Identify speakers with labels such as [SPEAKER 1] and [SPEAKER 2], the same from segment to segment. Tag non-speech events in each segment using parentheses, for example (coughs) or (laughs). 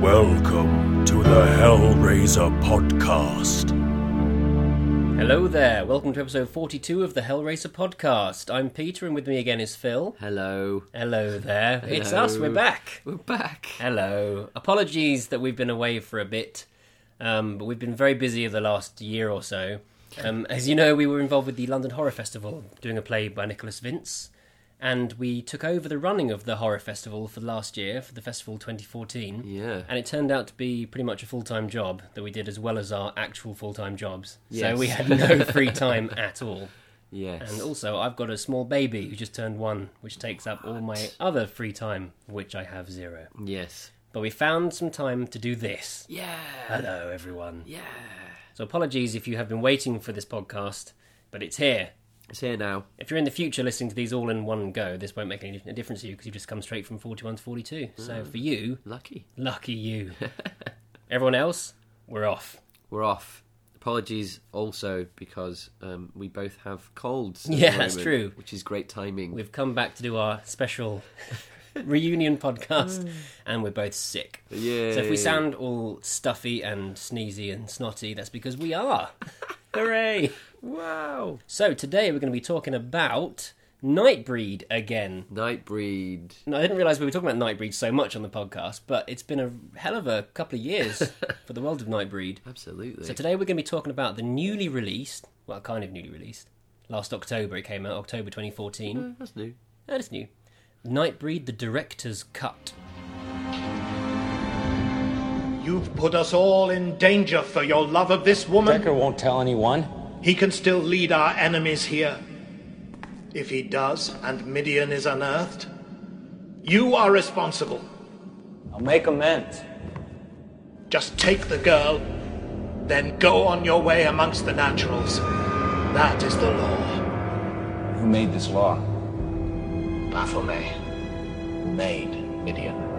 [SPEAKER 1] Welcome to the Hellraiser podcast.
[SPEAKER 2] Hello there, welcome to episode 42 of the Hellraiser podcast. I'm Peter, and with me again is Phil.
[SPEAKER 3] Hello.
[SPEAKER 2] Hello there. It's
[SPEAKER 3] Hello.
[SPEAKER 2] us, we're back.
[SPEAKER 3] We're back.
[SPEAKER 2] Hello. Apologies that we've been away for a bit, um, but we've been very busy the last year or so. Um, as you know, we were involved with the London Horror Festival, doing a play by Nicholas Vince, and we took over the running of the Horror Festival for last year, for the festival 2014.
[SPEAKER 3] Yeah.
[SPEAKER 2] And it turned out to be pretty much a full time job that we did as well as our actual full time jobs. So
[SPEAKER 3] Yes.
[SPEAKER 2] we had
[SPEAKER 3] (laughs)
[SPEAKER 2] no free time at all.
[SPEAKER 3] Yes.
[SPEAKER 2] And also, I've got a small baby who just turned one, which takes up all my other free time, which I have zero.
[SPEAKER 3] yes.
[SPEAKER 2] But we found some time to do this.
[SPEAKER 3] Yeah.
[SPEAKER 2] Hello, everyone.
[SPEAKER 3] Yeah.
[SPEAKER 2] So, apologies if you have been waiting for this podcast, but it's here.
[SPEAKER 3] It's here now.
[SPEAKER 2] If you're in the future listening to these all in one go, this won't make any difference to you because you've just come straight from 41 to 42. So, for you,
[SPEAKER 3] Lucky.
[SPEAKER 2] lucky you. Everyone else, we're off.
[SPEAKER 3] We're off. Apologies also because um, we both have colds. at the
[SPEAKER 2] Yeah, that's
[SPEAKER 3] moment,
[SPEAKER 2] true.
[SPEAKER 3] Which is great timing.
[SPEAKER 2] We've come back to do our special reunion podcast, and we're both sick.
[SPEAKER 3] Yay.
[SPEAKER 2] So if we sound all stuffy and sneezy and snotty, that's because we are. Hooray!
[SPEAKER 3] Wow.
[SPEAKER 2] So today we're going to be talking about Nightbreed again.
[SPEAKER 3] Nightbreed.
[SPEAKER 2] No, I didn't realise we were talking about Nightbreed so much on the podcast, but it's been a hell of a couple of years for the world of Nightbreed.
[SPEAKER 3] Absolutely.
[SPEAKER 2] So today we're going to be talking about the newly released, well, kind of newly released, last October it came out, October 2014.
[SPEAKER 3] Uh, that's new.
[SPEAKER 2] That is new. Nightbreed, the director's cut.
[SPEAKER 4] You've put us all in danger for your love of this woman.
[SPEAKER 5] Decker won't tell anyone.
[SPEAKER 4] He can still lead our enemies here. If he does, and Midian is unearthed, you are responsible.
[SPEAKER 5] I'll make amends.
[SPEAKER 4] Just take the girl, then go on your way amongst the naturals. That is the law.
[SPEAKER 5] Who made this law?
[SPEAKER 4] Baphomet made Midian.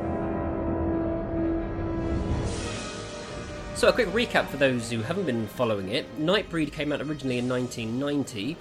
[SPEAKER 2] So, a quick recap for those who haven't been following it. Nightbreed came out originally in 1990.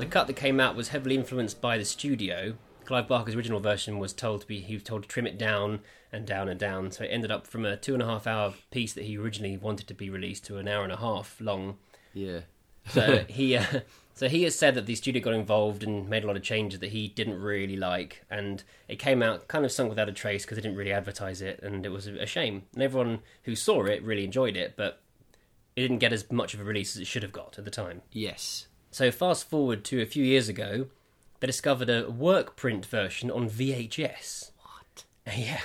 [SPEAKER 2] The cut that came out was heavily influenced by the studio. Clive Barker's original version was told to be, he was told to trim it down and down and down. So, it ended up from a two and a half hour piece that he originally wanted to be released to an hour and a half long.
[SPEAKER 3] Yeah.
[SPEAKER 2] So he, uh, (laughs) so he has said that the studio got involved and made a lot of changes that he didn't really like, and it came out kind of sunk without a trace because they didn't really advertise it, and it was a shame. And everyone who saw it really enjoyed it, but it didn't get as much of a release as it should have got at the time.
[SPEAKER 3] Yes.
[SPEAKER 2] So fast forward to a few years ago, they discovered a work print version on VHS. What? (laughs) Yeah.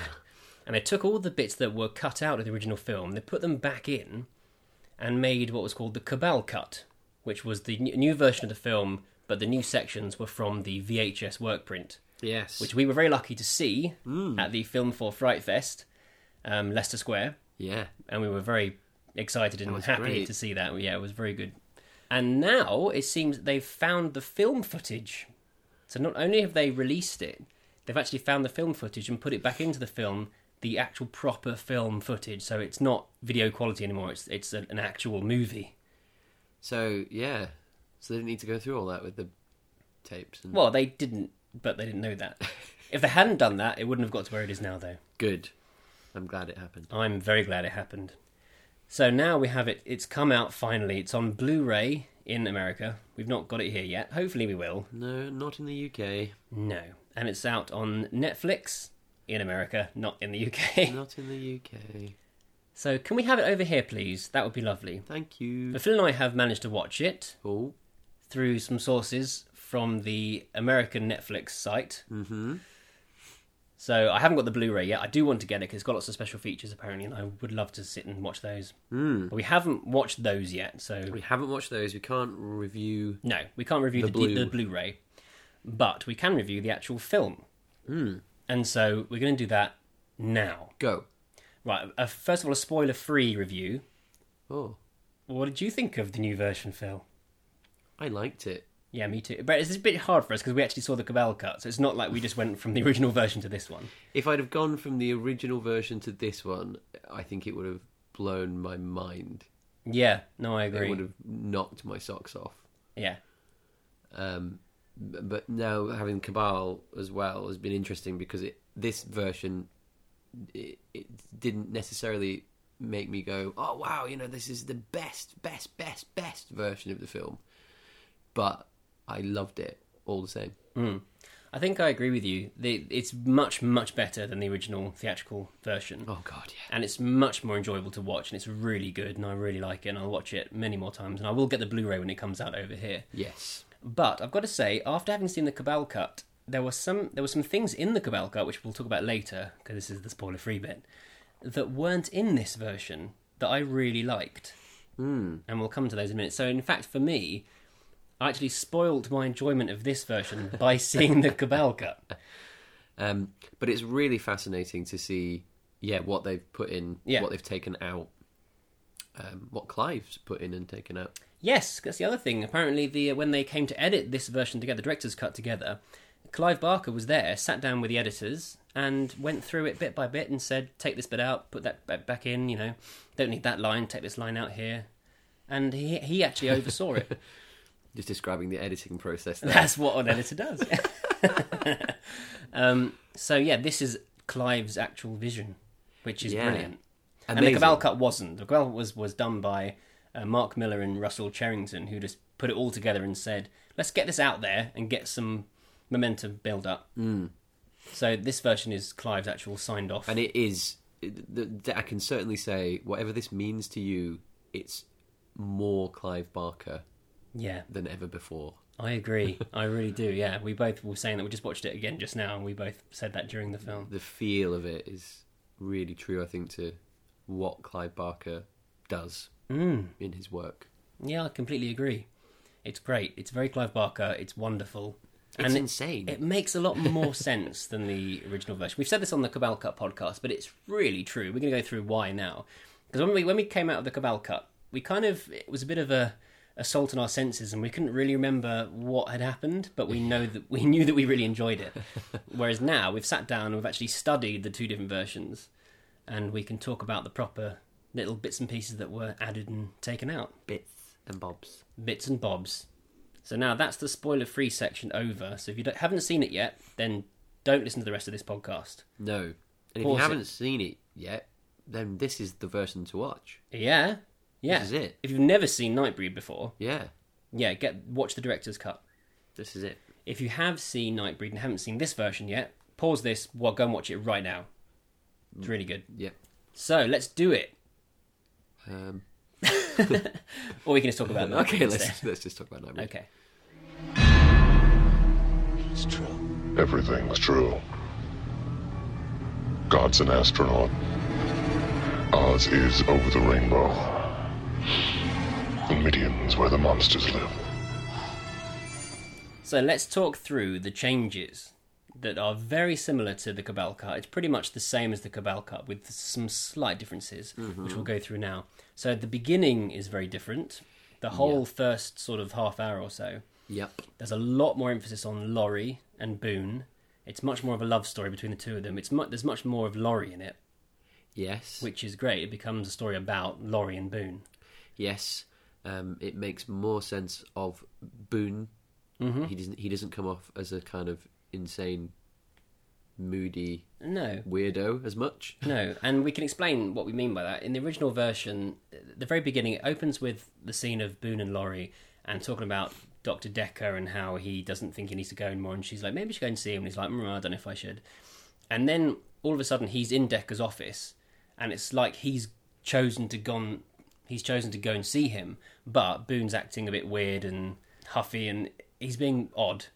[SPEAKER 2] And they took all the bits that were cut out of the original film, they put them back in, and made what was called the Cabal cut, which was the n- new version of the film, but the new sections were from the VHS work print,
[SPEAKER 3] Yes.
[SPEAKER 2] which we were very lucky to see at the Film for Fright Fest, um, Leicester Square
[SPEAKER 3] yeah.
[SPEAKER 2] and we were very excited and
[SPEAKER 3] was
[SPEAKER 2] happy
[SPEAKER 3] great.
[SPEAKER 2] to see that. Yeah, it was very good. And now it seems that they've found the film footage. So not only have they released it, they've actually found the film footage and put it back into the film, the actual proper film footage. So it's not video quality anymore. It's it's an an actual movie.
[SPEAKER 3] So yeah. So they didn't need to go through all that with the tapes and
[SPEAKER 2] Well, they didn't, but they didn't know
[SPEAKER 3] (laughs)
[SPEAKER 2] that. if they hadn't done that, it wouldn't have got to where it is now, though.
[SPEAKER 3] good. I'm glad it happened.
[SPEAKER 2] I'm very glad it happened. So now we have it. It's come out finally. It's on Blu-ray in America. We've not got it here yet. Hopefully we will.
[SPEAKER 3] No, not in the UK.
[SPEAKER 2] No. And it's out on Netflix in America, not in the UK.
[SPEAKER 3] Not in the UK.
[SPEAKER 2] (laughs) So can we have it over here, please? That would be lovely.
[SPEAKER 3] Thank you.
[SPEAKER 2] But Phil and I have managed to watch it
[SPEAKER 3] Oh,
[SPEAKER 2] through some sources from the American Netflix site. Mm-hmm. So I haven't got the Blu-ray yet. I do want to get it because it's got lots of special features apparently, and I would love to sit and watch those. Mm. But we haven't watched those yet, so
[SPEAKER 3] we haven't watched those. We can't review.
[SPEAKER 2] No, we can't review the,
[SPEAKER 3] The
[SPEAKER 2] the,
[SPEAKER 3] Blu.
[SPEAKER 2] the Blu-ray, but we can review the actual film. And so we're going to do that now.
[SPEAKER 3] Go.
[SPEAKER 2] Right. Uh, first of all, a spoiler-free review.
[SPEAKER 3] Oh,
[SPEAKER 2] What did you think of the new version, Phil?
[SPEAKER 3] I liked it.
[SPEAKER 2] Yeah, me too. But it's a bit hard for us because we actually saw the Cabal cut, so it's not like we just went from the (laughs) original version to this one.
[SPEAKER 3] If I'd have gone from the original version to this one, I think it would have blown my mind.
[SPEAKER 2] Yeah, no, I
[SPEAKER 3] It would
[SPEAKER 2] agree.
[SPEAKER 3] have knocked my socks off.
[SPEAKER 2] Yeah,
[SPEAKER 3] Um, b- but now having Cabal as well has been interesting because it this version it, it didn't necessarily make me go, "Oh wow, you know, this is the best, best, best, best version of the film." But I loved it all the same.
[SPEAKER 2] I think I agree with you. The, it's much, much better than the original theatrical version.
[SPEAKER 3] Oh god, yeah.
[SPEAKER 2] And it's much more enjoyable to watch, and it's really good, and I really like it, and I'll watch it many more times, and I will get the Blu ray when it comes out over here.
[SPEAKER 3] Yes.
[SPEAKER 2] But I've got to say, after having seen the Cabal cut, there were some there were some things in the Cabal cut which we'll talk about later because this is the spoiler free bit that weren't in this version that I really liked, mm. and we'll come to those in a minute. So in fact, for me, I actually spoiled my enjoyment of this version by seeing the Cabal cut.
[SPEAKER 3] Um, but it's really fascinating to see, yeah, what they've put in,
[SPEAKER 2] Yeah.
[SPEAKER 3] what they've taken out, um, what Clive's put in and taken out.
[SPEAKER 2] Yes, that's the other thing. Apparently, the uh, when they came to edit this version together, the director's cut together, Clive Barker was there, sat down with the editors, and went through it bit by bit and said, "Take this bit out, put that ba- back in. You know, don't need that line. Take this line out here." And he he actually oversaw it.
[SPEAKER 3] Just describing the editing process. There. (laughs)
[SPEAKER 2] That's what an editor does. (laughs) um, so yeah, this is Clive's actual vision, which is
[SPEAKER 3] Yeah.
[SPEAKER 2] brilliant.
[SPEAKER 3] Amazing.
[SPEAKER 2] And the Cabal cut wasn't. The Cabal was was done by uh, Mark Miller and Russell Cherrington, who just put it all together and said, "Let's get this out there and get some momentum build up." So this version is Clive's actual signed off.
[SPEAKER 3] Hmm. and it is it- the- the- i can certainly say whatever this means to you it's more clive barker
[SPEAKER 2] yeah,
[SPEAKER 3] than ever before
[SPEAKER 2] I agree. I really do. Yeah, we both were saying that we just watched it again just now, and we both said that during the film.
[SPEAKER 3] the feel of it is really true i think to what clive barker does in his work
[SPEAKER 2] Yeah, I completely agree. It's great. It's very Clive Barker. It's wonderful.
[SPEAKER 3] it's
[SPEAKER 2] it-
[SPEAKER 3] insane
[SPEAKER 2] It makes a lot more sense than the original version. We've said this on the Cabal Cut podcast, but it's really true. We're going to go through why now. Because when we, when we came out of the Cabal Cut, we kind of, it was a bit of a assault on our senses and we couldn't really remember what had happened, but we know that we knew that we really enjoyed
[SPEAKER 3] (laughs)
[SPEAKER 2] it. Whereas now we've sat down and we've actually studied the two different versions and we can talk about the proper little bits and pieces that were added and taken out
[SPEAKER 3] bits and bobs
[SPEAKER 2] bits and bobs. So now that's the spoiler free section over. So if you don't, haven't seen it yet, then don't listen to the rest of this podcast.
[SPEAKER 3] no and if you
[SPEAKER 2] Pause it.
[SPEAKER 3] haven't seen it yet then this is the version to watch
[SPEAKER 2] Yeah. Yeah.
[SPEAKER 3] This is it.
[SPEAKER 2] If you've never seen Nightbreed before,
[SPEAKER 3] yeah
[SPEAKER 2] yeah, get watch the director's cut.
[SPEAKER 3] this is it
[SPEAKER 2] If you have seen Nightbreed and haven't seen this version yet, pause this, well go and watch it right now. It's really good.
[SPEAKER 3] yep
[SPEAKER 2] So let's do it.
[SPEAKER 3] um,
[SPEAKER 2] (laughs) Or we can just talk
[SPEAKER 3] (laughs)
[SPEAKER 2] about Nightbreed
[SPEAKER 3] okay let's
[SPEAKER 2] instead.
[SPEAKER 3] let's just talk about nightmare
[SPEAKER 2] Okay.
[SPEAKER 6] It's true.
[SPEAKER 7] Everything was true. God's an astronaut. Oz is over the rainbow. And Midian's where the monsters live.
[SPEAKER 2] So let's talk through the changes that are very similar to the Cabal Cut. It's pretty much the same as the Cabal Cut with some slight differences, which we'll go through now. So the beginning is very different. The whole first sort of half hour or so,
[SPEAKER 3] yep
[SPEAKER 2] there's a lot more emphasis on Laurie and Boone. It's much more of a love story between the two of them. It's mu- there's much more of Laurie in it,
[SPEAKER 3] yes
[SPEAKER 2] which is great. It becomes a story about Laurie and Boone.
[SPEAKER 3] Yes, um, it makes more sense of Boone.
[SPEAKER 2] Mm-hmm.
[SPEAKER 3] He doesn't. He doesn't come off as a kind of insane, moody
[SPEAKER 2] No,
[SPEAKER 3] weirdo as much.
[SPEAKER 2] No, and we can explain what we mean by that. In the original version, at the very beginning, it opens with the scene of Boone and Laurie and talking about Dr. Decker and how he doesn't think he needs to go anymore. And she's like, maybe I should go and see him. And he's like, mm, I don't know if I should. And then all of a sudden, he's in Decker's office, and it's like he's chosen to gone. He's chosen to go and see him, but Boone's acting a bit weird and huffy, and he's being odd.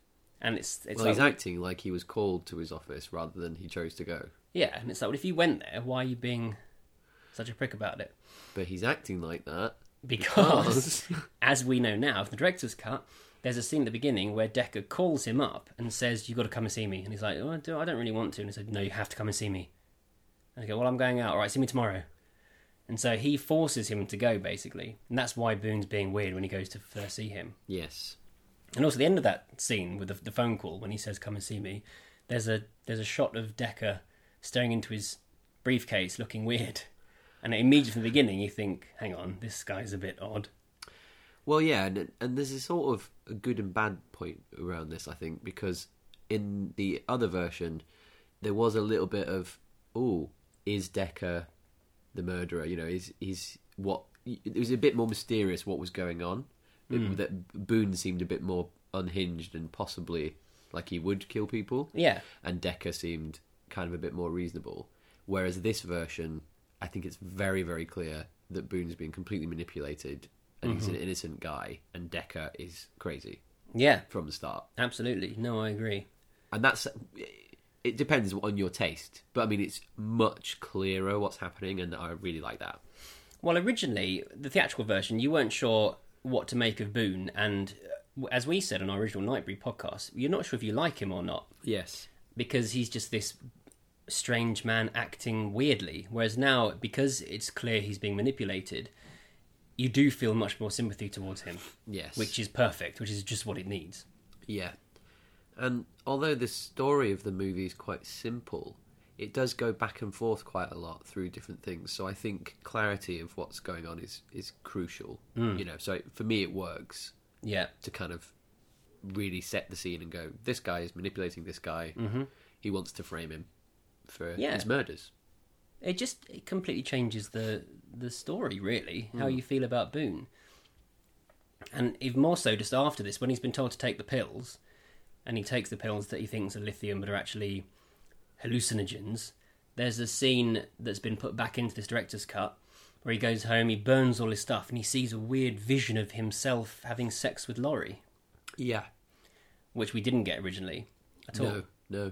[SPEAKER 2] And it's it's
[SPEAKER 3] Well,
[SPEAKER 2] like,
[SPEAKER 3] he's acting like he was called to his office rather than he chose to go.
[SPEAKER 2] yeah, and it's like, well, if you went there, why are you being such a prick about it?
[SPEAKER 3] But he's acting like that.
[SPEAKER 2] Because, (laughs) as we know now, if the director's cut, there's a scene at the beginning where Decker calls him up and says, You've got to come and see me. And he's like, oh, I don't- I don't really want to. And he said, No, you have to come and see me. And I go, Well, I'm going out. All right, see me tomorrow. And so he forces him to go, basically. And that's why Boone's being weird when he goes to first see him.
[SPEAKER 3] Yes.
[SPEAKER 2] And also, the end of that scene with the, the phone call when he says, Come and see me, there's a, there's a shot of Decker staring into his briefcase looking weird. And immediately from the beginning, you think, Hang on, this guy's a bit odd.
[SPEAKER 3] Well, yeah, and and there's a sort of a good and bad point around this, I think, because in the other version, there was a little bit of, oh, is Decker the murderer? You know, is is what? It was a bit more mysterious what was going on. It- that Boone seemed a bit more unhinged and possibly like he would kill people.
[SPEAKER 2] Yeah.
[SPEAKER 3] and Decker seemed kind of a bit more reasonable. Whereas this version, I think it's very very clear that Boone's been completely manipulated and he's an innocent guy, and Decker is crazy
[SPEAKER 2] Yeah,
[SPEAKER 3] from the start
[SPEAKER 2] absolutely. No, I agree.
[SPEAKER 3] and that's it depends on your taste but i mean it's much clearer what's happening and i really like that
[SPEAKER 2] Well, originally, the theatrical version, you weren't sure what to make of Boone, and uh, as we said on our original Nightbreed podcast, you're not sure if you like him or not
[SPEAKER 3] yes
[SPEAKER 2] because he's just this strange man acting weirdly. Whereas now, because it's clear he's being manipulated, you do feel much more sympathy towards him,
[SPEAKER 3] yes
[SPEAKER 2] which is perfect, which is just what it needs.
[SPEAKER 3] yeah and although the story of the movie is quite simple it does go back and forth quite a lot through different things so i think clarity of what's going on is is crucial you know so it, for me it works
[SPEAKER 2] Yeah.
[SPEAKER 3] to kind of really set the scene and go this guy is manipulating this guy he wants to frame him for
[SPEAKER 2] Yeah.
[SPEAKER 3] his murders
[SPEAKER 2] It just it completely changes the the story, really, how you feel about Boone, and even more so just after this, when he's been told to take the pills, and he takes the pills that he thinks are lithium but are actually hallucinogens. There's a scene that's been put back into this director's cut where he goes home, he burns all his stuff, and he sees a weird vision of himself having sex with Laurie,
[SPEAKER 3] yeah
[SPEAKER 2] which we didn't get originally at all.
[SPEAKER 3] no no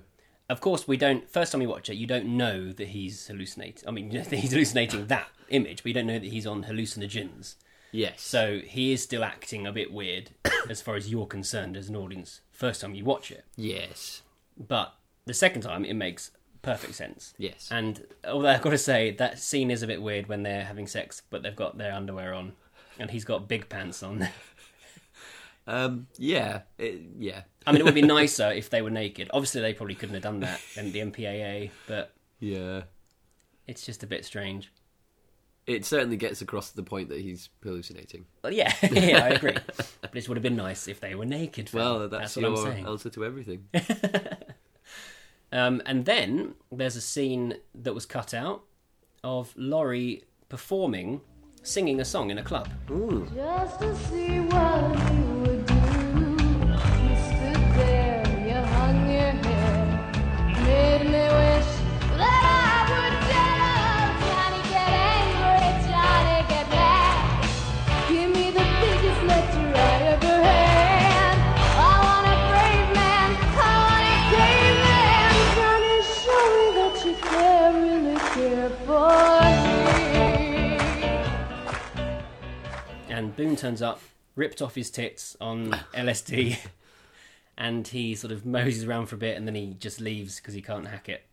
[SPEAKER 2] Of course, we don't. First time you watch it, you don't know that he's hallucinating. I mean, (laughs) that he's hallucinating that image, but you don't know that he's on hallucinogens.
[SPEAKER 3] Yes.
[SPEAKER 2] So he is still acting a bit weird, (coughs) as far as you're concerned as an audience. First time you watch it,
[SPEAKER 3] yes.
[SPEAKER 2] but the second time it makes perfect sense.
[SPEAKER 3] Yes.
[SPEAKER 2] And although I've got to say that scene is a bit weird when they're having sex, but they've got their underwear on, and he's got big pants on. (laughs)
[SPEAKER 3] Um. Yeah. It, yeah.
[SPEAKER 2] I mean, it would be nicer if they were naked. Obviously, they probably couldn't have done that, and the MPAA, but
[SPEAKER 3] Yeah.
[SPEAKER 2] it's just a bit strange.
[SPEAKER 3] It certainly gets across the point that he's hallucinating.
[SPEAKER 2] Well, yeah, (laughs) yeah, I agree. but it would have been nice if they were naked. Phil.
[SPEAKER 3] Well, that's,
[SPEAKER 2] that's
[SPEAKER 3] your uh,
[SPEAKER 2] what I'm saying.
[SPEAKER 3] answer to
[SPEAKER 2] (laughs)
[SPEAKER 3] everything.
[SPEAKER 2] Um, and then there's a scene that was cut out of Laurie performing, singing a song in a club.
[SPEAKER 6] Just to see what you would do. You stood there, you hung your head, made me wish that I would tell. Johnny, get angry, Johnny, get mad. Give me the biggest lecture I ever had. I want a brave man, I want a caveman. Johnny, show me that you care, really care for me.
[SPEAKER 2] And Boone turns up, ripped off his tits on
[SPEAKER 3] (laughs)
[SPEAKER 2] LSD, (laughs) and he sort of moseys around for a bit, and then he just leaves because he can't hack
[SPEAKER 3] (laughs)
[SPEAKER 2] it.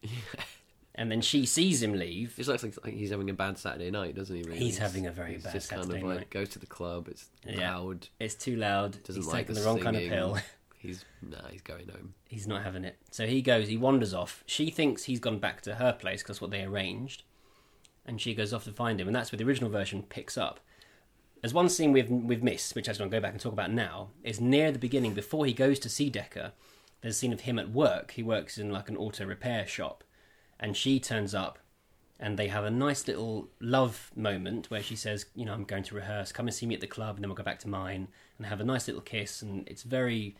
[SPEAKER 2] And then she sees him leave.
[SPEAKER 3] It's like, like he's having a bad Saturday night, doesn't he? Really?
[SPEAKER 2] He's having a very bad
[SPEAKER 3] just
[SPEAKER 2] Saturday
[SPEAKER 3] kind of like
[SPEAKER 2] night.
[SPEAKER 3] goes to the club. It's
[SPEAKER 2] Yeah.
[SPEAKER 3] loud.
[SPEAKER 2] It's too loud.
[SPEAKER 3] Doesn't
[SPEAKER 2] He's
[SPEAKER 3] like
[SPEAKER 2] taking the wrong kind of
[SPEAKER 3] singing.
[SPEAKER 2] pill.
[SPEAKER 3] (laughs)
[SPEAKER 2] (laughs)
[SPEAKER 3] He's nah. He's going home.
[SPEAKER 2] he's not having it. So he goes, he wanders off. She thinks he's gone back to her place because what they arranged. And she goes off to find him. And that's where the original version picks up. There's one scene we've, we've missed, which I just want to go back and talk about now, is near the beginning, before he goes to see Decker, there's a scene of him at work. He works in like an auto repair shop. And she turns up and they have a nice little love moment where she says, you know, I'm going to rehearse, come and see me at the club and then we'll go back to mine and have a nice little kiss. And it's very,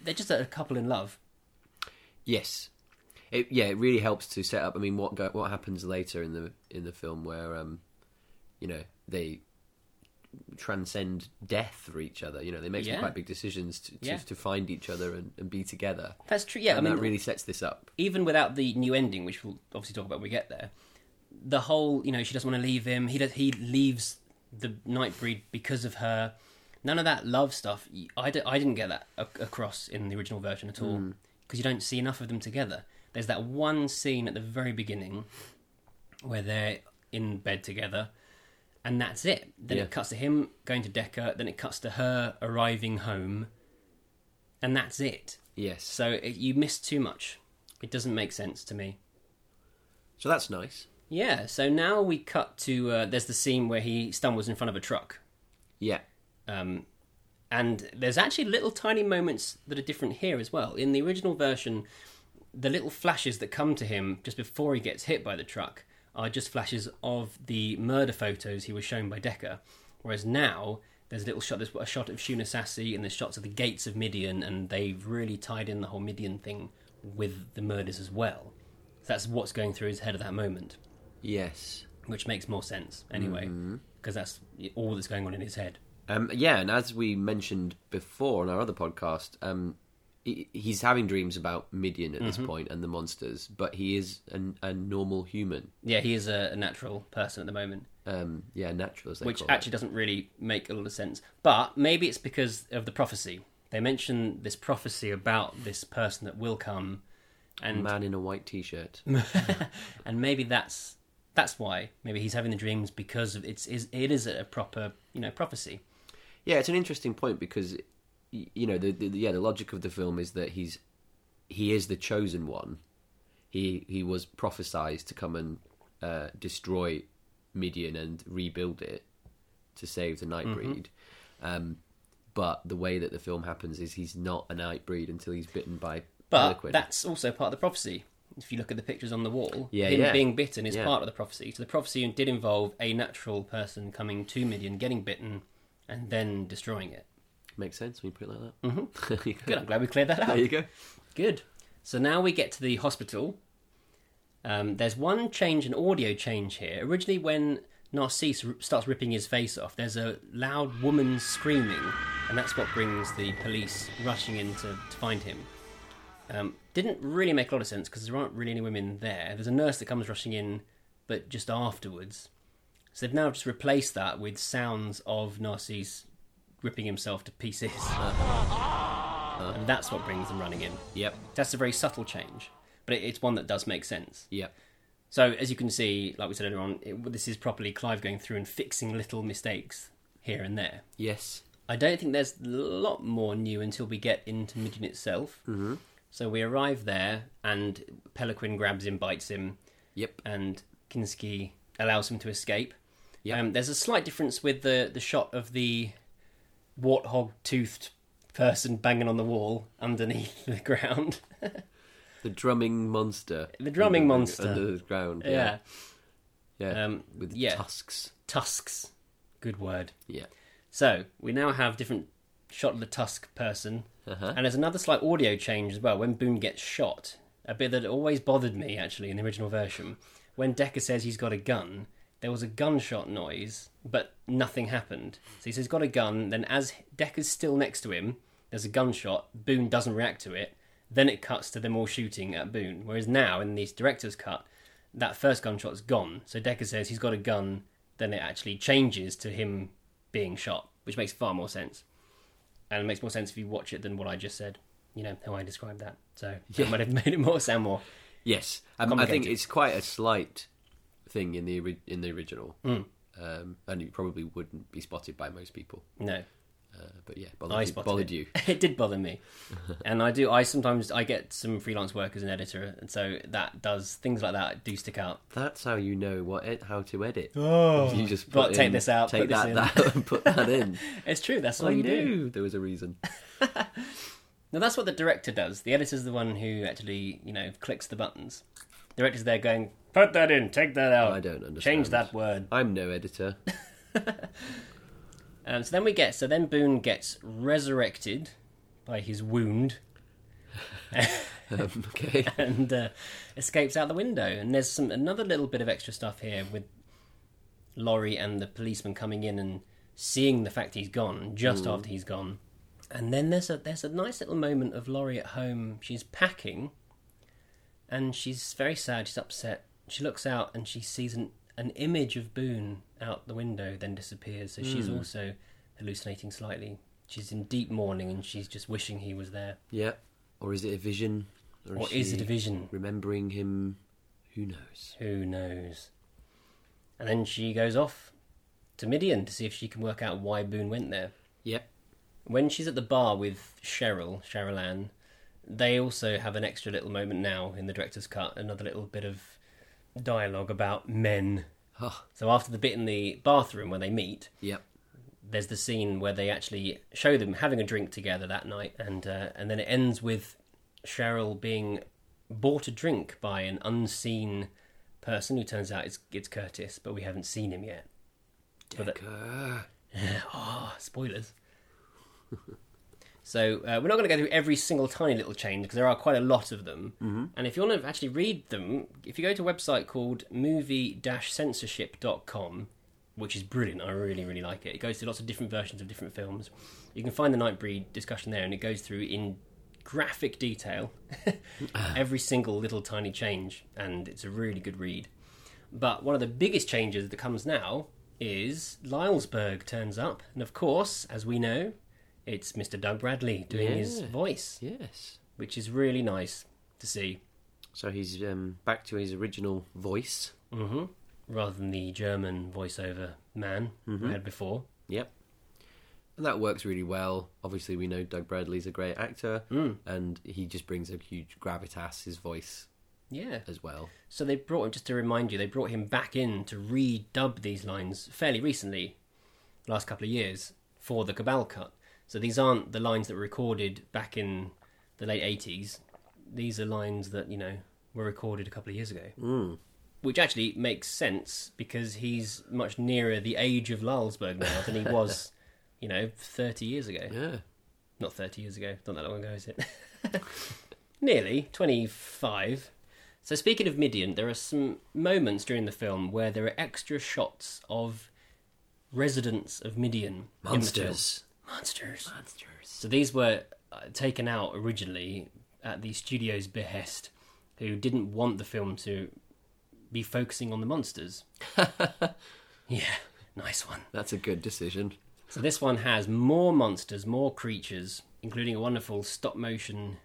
[SPEAKER 2] they're just a couple in love.
[SPEAKER 3] Yes. It, yeah, it really helps to set up. I mean, what go, what happens later in the in the film where um, you know, they transcend death for each other. You know, they make
[SPEAKER 2] Yeah.
[SPEAKER 3] some quite big decisions to, to,
[SPEAKER 2] Yeah.
[SPEAKER 3] to find each other and, and be together.
[SPEAKER 2] That's true. Yeah,
[SPEAKER 3] and
[SPEAKER 2] I mean,
[SPEAKER 3] that really sets this up.
[SPEAKER 2] even without the new ending, which we'll obviously talk about when we get there, the whole you know she doesn't want to leave him. He does, he leaves the Nightbreed because of her. None of that love stuff. y- I, d- I didn't get that a- across in the original version at
[SPEAKER 3] Hmm.
[SPEAKER 2] all because you don't see enough of them together. There's that one scene at the very beginning where they're in bed together, and that's it. Then
[SPEAKER 3] Yeah.
[SPEAKER 2] it cuts to him going to Decker. Then it cuts to her arriving home, and that's it.
[SPEAKER 3] Yes. So,
[SPEAKER 2] So it, you miss too much. It doesn't make sense to me.
[SPEAKER 3] so that's nice.
[SPEAKER 2] Yeah, so now we cut to uh, there's the scene where he stumbles in front of a truck.
[SPEAKER 3] Yeah.
[SPEAKER 2] Um, and there's actually little tiny moments that are different here as well. In the original version, the little flashes that come to him just before he gets hit by the truck are just flashes of the murder photos he was shown by Decker, whereas now there's a little shot, there's a shot of Shuna Sassi and there's shots of the gates of Midian, and they've really tied in the whole Midian thing with the murders as well. So that's what's going through his head at that moment,
[SPEAKER 3] Yes.
[SPEAKER 2] which makes more sense anyway, because that's all that's going on in his head.
[SPEAKER 3] Um, yeah, and as we mentioned before on our other podcast, um, he, he's having dreams about Midian at this
[SPEAKER 2] Mm-hmm.
[SPEAKER 3] point and the monsters, but he is an, a normal human.
[SPEAKER 2] Yeah, he is a, a natural person at the moment.
[SPEAKER 3] Um, yeah, natural as they
[SPEAKER 2] which
[SPEAKER 3] call it.
[SPEAKER 2] actually doesn't really make a lot of sense. But maybe it's because of the prophecy. They mention this prophecy about this person that will come, and
[SPEAKER 3] man in a white t-shirt.
[SPEAKER 2] (laughs) and maybe that's that's why. Maybe he's having the dreams because of it's is it is a proper you know prophecy.
[SPEAKER 3] Yeah, it's an interesting point because y- you know the, the yeah the logic of the film is that he's he is the chosen one. He he was prophesized to come and uh, destroy Midian and rebuild it to save the Nightbreed.
[SPEAKER 2] Mm-hmm.
[SPEAKER 3] Um, but the way that the film happens is he's not a Nightbreed until he's bitten by
[SPEAKER 2] But
[SPEAKER 3] Pelican.
[SPEAKER 2] that's also part of the prophecy. If you look at the pictures on the wall,
[SPEAKER 3] Yeah,
[SPEAKER 2] him
[SPEAKER 3] yeah.
[SPEAKER 2] being bitten is
[SPEAKER 3] Yeah.
[SPEAKER 2] part of the prophecy. So the prophecy did involve a natural person coming to Midian, getting bitten, and then destroying it.
[SPEAKER 3] Makes sense when you put it like that. (laughs) Mm-hmm.
[SPEAKER 2] Good. I'm glad we cleared that up.
[SPEAKER 3] There you go.
[SPEAKER 2] Good. So now we get to the hospital. Um, there's one change, an audio change here. Originally, when Narcisse r- starts ripping his face off, there's a loud woman screaming, and that's what brings the police rushing in to, to find him. Um, didn't really make a lot of sense because there aren't really any women there. There's a nurse that comes rushing in, but just afterwards. So they've now just replaced that with sounds of Narcisse ripping himself to pieces. (laughs) And that's what brings them running in.
[SPEAKER 3] Yep.
[SPEAKER 2] That's a very subtle change, but it, it's one that does make sense.
[SPEAKER 3] Yep.
[SPEAKER 2] So, as you can see, like we said earlier on, it, this is properly Clive going through and fixing little mistakes here and there.
[SPEAKER 3] Yes.
[SPEAKER 2] I don't think there's a lot more new until we get into Midian itself. Mm-hmm. So, we arrive there, and Peliquin grabs him, bites him,
[SPEAKER 3] Yep.
[SPEAKER 2] and Kinski allows him to escape.
[SPEAKER 3] Yep.
[SPEAKER 2] Um, there's a slight difference with the, the shot of the warthog toothed person banging on the wall underneath (laughs) the ground.
[SPEAKER 3] The drumming monster.
[SPEAKER 2] The drumming
[SPEAKER 3] Under-
[SPEAKER 2] monster.
[SPEAKER 3] under the ground.
[SPEAKER 2] yeah.
[SPEAKER 3] Yeah,
[SPEAKER 2] Um,
[SPEAKER 3] with
[SPEAKER 2] yeah.
[SPEAKER 3] tusks.
[SPEAKER 2] tusks. Good word.
[SPEAKER 3] Yeah,
[SPEAKER 2] So we now have different shot of the tusk person, and there's another slight audio change as well when Boone gets shot. A bit that always bothered me actually in the original version, when Decker says he's got a gun, there was a gunshot noise, but nothing happened. So he says he's got a gun. Then as Decker's still next to him, there's a gunshot. Boone doesn't react to it. Then it cuts to them all shooting at Boone. Whereas now in the director's cut, that first gunshot's gone. So Decker says he's got a gun. Then it actually changes to him being shot, which makes far more sense. And it makes more sense if you watch it than what I just said. You know how I described that. So it might have (laughs) made it more sound more.
[SPEAKER 3] yes. Um, I think
[SPEAKER 2] Complicated.
[SPEAKER 3] it's quite a slight thing in the ori- in the original,
[SPEAKER 2] Hmm.
[SPEAKER 3] um, and it probably wouldn't be spotted by most people.
[SPEAKER 2] No,
[SPEAKER 3] Uh, but yeah, bothered,
[SPEAKER 2] I
[SPEAKER 3] you,
[SPEAKER 2] spotted
[SPEAKER 3] bothered
[SPEAKER 2] it.
[SPEAKER 3] you.
[SPEAKER 2] (laughs) it did bother me, and I do. I sometimes I get some freelance work as an editor, and so that does things like that do stick out.
[SPEAKER 3] That's how you know what ed- how to edit. Oh, you just
[SPEAKER 2] Well,
[SPEAKER 3] put
[SPEAKER 2] take
[SPEAKER 3] in-
[SPEAKER 2] this out,
[SPEAKER 3] take
[SPEAKER 2] put this
[SPEAKER 3] that,
[SPEAKER 2] in.
[SPEAKER 3] that (laughs) and put
[SPEAKER 2] (laughs)
[SPEAKER 3] that in.
[SPEAKER 2] It's true. That's all
[SPEAKER 3] I
[SPEAKER 2] you do.
[SPEAKER 3] knew there was a reason.
[SPEAKER 2] Now that's what the director does. The editor's the one who actually you know clicks the buttons. The director's there going, put that in, take that out.
[SPEAKER 3] I don't understand.
[SPEAKER 2] Change that word.
[SPEAKER 3] I'm
[SPEAKER 2] (laughs)
[SPEAKER 3] no editor.
[SPEAKER 2] Um, so then we get so then Boone gets resurrected by his wound
[SPEAKER 3] Um, okay.
[SPEAKER 2] (laughs) and uh, escapes out the window. And there's some another little bit of extra stuff here with Laurie and the policeman coming in and seeing the fact he's gone just after he's gone. And then there's a there's a nice little moment of Laurie at home. She's packing, and she's very sad. She's upset. She looks out and she sees an an image of Boone out the window, then disappears. So she's also hallucinating slightly. She's in deep mourning and she's just wishing he was there.
[SPEAKER 3] yeah. Or is it a vision? Or
[SPEAKER 2] Or is
[SPEAKER 3] she
[SPEAKER 2] it a vision?
[SPEAKER 3] Remembering him. Who knows?
[SPEAKER 2] Who knows? And then she goes off to Midian to see if she can work out why Boone went there.
[SPEAKER 3] Yep.
[SPEAKER 2] When she's at the bar with Cheryl, Cheryl Ann, they also have an extra little moment now in the director's cut, another little bit of dialogue about men.
[SPEAKER 3] Oh,
[SPEAKER 2] So after the bit in the bathroom where they meet,
[SPEAKER 3] yep.
[SPEAKER 2] there's the scene where they actually show them having a drink together that night, and uh, and then it ends with Cheryl being bought a drink by an unseen person who turns out it's, it's Curtis, but we haven't seen him yet. But that- (laughs)
[SPEAKER 3] Decker.
[SPEAKER 2] Ah, spoilers. so uh, we're not going to go through every single tiny little change because there are quite a lot of them. Mm-hmm. And if you want to actually read them, if you go to a website called movie-censorship.com, which is brilliant, I really, really like it. It goes through lots of different versions of different films. You can find the Nightbreed discussion there, and it goes through in graphic detail (laughs) every single little tiny change, and it's a really good read. But one of the biggest changes that comes now is Lylesburg turns up. And of course, as we know, it's Mr. Doug Bradley doing his
[SPEAKER 3] Yeah.
[SPEAKER 2] voice,
[SPEAKER 3] Yes.
[SPEAKER 2] which is really nice to see
[SPEAKER 3] So he's um, back to his original voice.
[SPEAKER 2] rather than the German voiceover man
[SPEAKER 3] Mm-hmm.
[SPEAKER 2] we had before.
[SPEAKER 3] Yep. And that works really well. Obviously, we know Doug Bradley's a great actor,
[SPEAKER 2] Hmm.
[SPEAKER 3] and he just brings a huge gravitas, his voice
[SPEAKER 2] Yeah.
[SPEAKER 3] as well.
[SPEAKER 2] So they brought him, just to remind you, they brought him back in to redub these lines fairly recently, the last couple of years, for the Cabal cut. So these aren't the lines that were recorded back in the late 80s. These are lines that, you know, were recorded a couple of years ago. Which actually makes sense because he's much nearer the age of Lylesburg now than he was, you know, 30 years ago.
[SPEAKER 3] Yeah.
[SPEAKER 2] Not 30 years ago, not that long ago, is it? (laughs) Nearly, 25. So, speaking of Midian, there are some moments during the film where there are extra shots of residents of Midian. in the film.
[SPEAKER 3] Monsters.
[SPEAKER 2] Monsters.
[SPEAKER 3] Monsters.
[SPEAKER 2] So, these were uh, taken out originally at the studio's behest, who didn't want the film to be focusing on the
[SPEAKER 3] (laughs)
[SPEAKER 2] monsters. yeah, nice one.
[SPEAKER 3] That's a good decision.
[SPEAKER 2] So this one has more monsters, more creatures, including a wonderful stop motion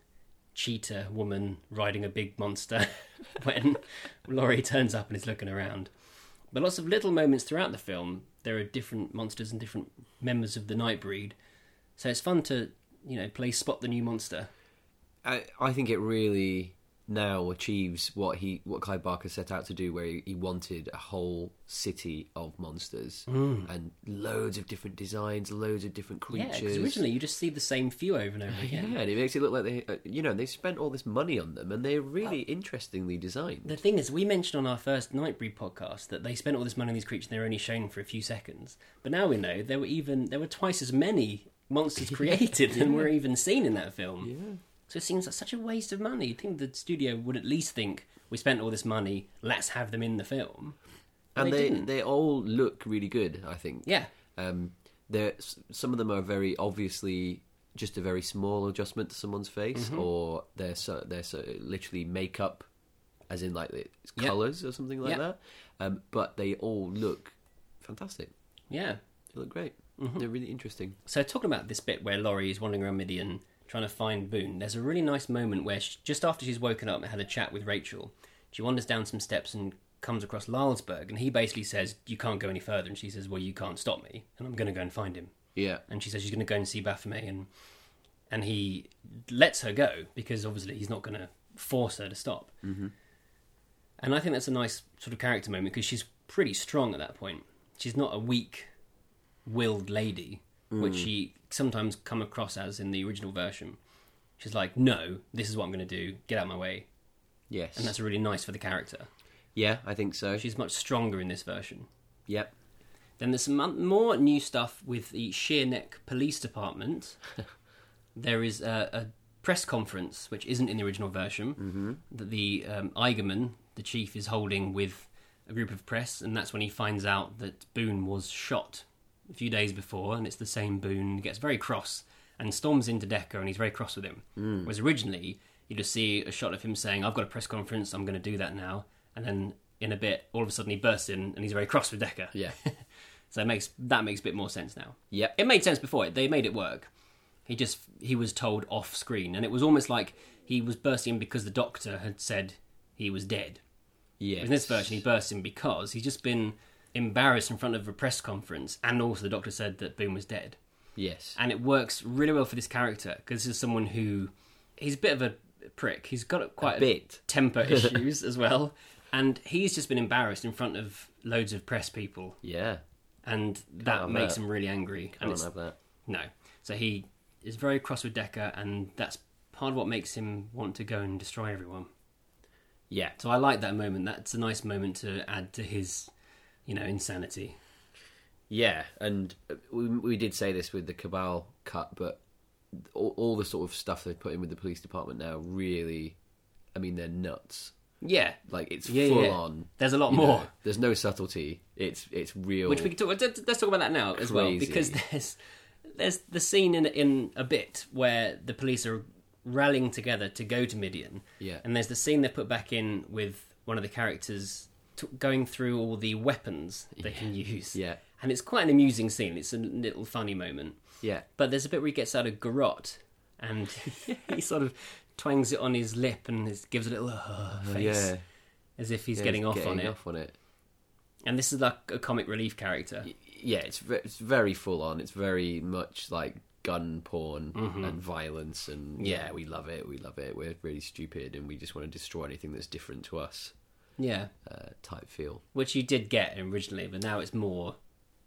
[SPEAKER 2] cheetah woman riding a big monster (laughs) when Laurie turns up and is looking around. But lots of little moments throughout the film, there are different monsters and different members of the Nightbreed. So it's fun to, you know, play spot the new monster.
[SPEAKER 3] I, I think it really now achieves what he what Clive Barker set out to do, where he, he wanted a whole city of monsters and loads of different designs, loads of different
[SPEAKER 2] Hmm. Yeah,
[SPEAKER 3] creatures.
[SPEAKER 2] because originally you just see the same few over and (laughs) over
[SPEAKER 3] yeah,
[SPEAKER 2] again.
[SPEAKER 3] and it makes it look like they, uh, you know, they spent all this money on them, and they're really interestingly designed.
[SPEAKER 2] The thing is, we mentioned on our first Nightbreed podcast that they spent all this money on these creatures and they were only shown for a few seconds. But now we know there were even there were twice as many monsters created than were even seen in that film. Yeah. So it seems like such a waste of money. You'd think the studio would at least think we spent all this money, let's have them in the film. But
[SPEAKER 3] and they
[SPEAKER 2] didn't.
[SPEAKER 3] they all look really good. I think.
[SPEAKER 2] yeah,
[SPEAKER 3] Um, there s- some of them are very obviously just a very small adjustment to someone's face,
[SPEAKER 2] Mm-hmm.
[SPEAKER 3] or they're so they're so literally makeup, as in like it's
[SPEAKER 2] Yeah.
[SPEAKER 3] colors or something
[SPEAKER 2] Yeah.
[SPEAKER 3] like that. Um, but they all look fantastic.
[SPEAKER 2] yeah.
[SPEAKER 3] They look great.
[SPEAKER 2] Mm-hmm.
[SPEAKER 3] They're really interesting.
[SPEAKER 2] So talking about this bit where Laurie is wandering around Midian trying to find Boone, there's a really nice moment where she, just after she's woken up and had a chat with Rachel, she wanders down some steps and comes across Lylesburg, and he basically says, "You can't go any further," and she says, "Well, you can't stop me, and I'm going to go and find him."
[SPEAKER 3] Yeah,
[SPEAKER 2] And she says she's going to go and see Baphomet, and and he lets her go because obviously he's not going to force her to stop. Mm-hmm. And I think that's a nice sort of character moment because she's pretty strong at that point. She's not a weak-willed lady, which she sometimes come across as in the original version. She's like, "No, this is what I'm going to do. Get out of my way,"
[SPEAKER 3] yes,
[SPEAKER 2] and that's really nice for the character.
[SPEAKER 3] yeah. I think so.
[SPEAKER 2] She's much stronger in this version.
[SPEAKER 3] Yep.
[SPEAKER 2] Then there's some mon- more new stuff with the Sheerneck Police Department. there is a, a press conference, which isn't in the original version,
[SPEAKER 3] Mm-hmm.
[SPEAKER 2] that the um, Eigerman, the chief, is holding with a group of press, and that's when he finds out that Boone was shot a few days before, and it's the same Boone. He gets very cross and storms into Decker, and he's very cross with him.
[SPEAKER 3] Mm.
[SPEAKER 2] Whereas originally, you just see a shot of him saying, I've got a press conference, I'm going to do that now. And then in a bit, all of a sudden, he bursts in and he's very cross with Decker.
[SPEAKER 3] Yeah.
[SPEAKER 2] (laughs) So it makes that makes a bit more sense now.
[SPEAKER 3] Yep.
[SPEAKER 2] It made sense before. They made it work. He just he was told off screen, and it was almost like he was bursting because the doctor had said he was dead.
[SPEAKER 3] yeah.
[SPEAKER 2] In this version, he bursts in because he's just been embarrassed in front of a press conference, and also the doctor said that Boone was dead
[SPEAKER 3] Yes.
[SPEAKER 2] and it works really well for this character because this is someone who he's a bit of a prick. He's got quite a
[SPEAKER 3] bit. (laughs)
[SPEAKER 2] temper issues as well, and he's just been embarrassed in front of loads of press people,
[SPEAKER 3] yeah.
[SPEAKER 2] and that
[SPEAKER 3] have
[SPEAKER 2] makes
[SPEAKER 3] that.
[SPEAKER 2] him really angry.
[SPEAKER 3] I
[SPEAKER 2] and
[SPEAKER 3] don't
[SPEAKER 2] it's,
[SPEAKER 3] have that.
[SPEAKER 2] no, so he is very cross with Decker, and that's part of what makes him want to go and destroy everyone.
[SPEAKER 3] Yeah.
[SPEAKER 2] So I like that moment. That's a nice moment to add to his, you know, insanity.
[SPEAKER 3] Yeah, and we, we did say this with the Cabal cut, but all, all the sort of stuff they've put in with the police department now really, I mean, they're nuts.
[SPEAKER 2] Yeah,
[SPEAKER 3] Like it's
[SPEAKER 2] Yeah,
[SPEAKER 3] full
[SPEAKER 2] yeah.
[SPEAKER 3] on.
[SPEAKER 2] There's a lot
[SPEAKER 3] you know,
[SPEAKER 2] more.
[SPEAKER 3] there's no subtlety. It's it's real.
[SPEAKER 2] which we can talk. let's- Let's talk about that now as well,
[SPEAKER 3] Crazy.
[SPEAKER 2] because (laughs) there's there's the scene in in a bit where the police are rallying together to go to Midian.
[SPEAKER 3] Yeah.
[SPEAKER 2] and there's the scene they put back in with one of the characters t- going through all the weapons they can use.
[SPEAKER 3] Yeah.
[SPEAKER 2] and it's quite an amusing scene. It's a little funny moment.
[SPEAKER 3] yeah,
[SPEAKER 2] But there's a bit where he gets out a garrote and (laughs) he sort of twangs it on his lip and is- gives a little uh, face
[SPEAKER 3] Oh, yeah.
[SPEAKER 2] as if he's
[SPEAKER 3] Yeah,
[SPEAKER 2] getting
[SPEAKER 3] he's
[SPEAKER 2] off on
[SPEAKER 3] getting
[SPEAKER 2] it.
[SPEAKER 3] off on it.
[SPEAKER 2] And this is like a comic relief character.
[SPEAKER 3] yeah, it's ve- it's very full on. It's very much like gun porn and violence and yeah,
[SPEAKER 2] Mm-hmm. Yeah.
[SPEAKER 3] we love it. We love it. We're really stupid and we just want to destroy anything that's different to us.
[SPEAKER 2] Yeah.
[SPEAKER 3] Uh, type feel.
[SPEAKER 2] Which you did get originally, but now it's more.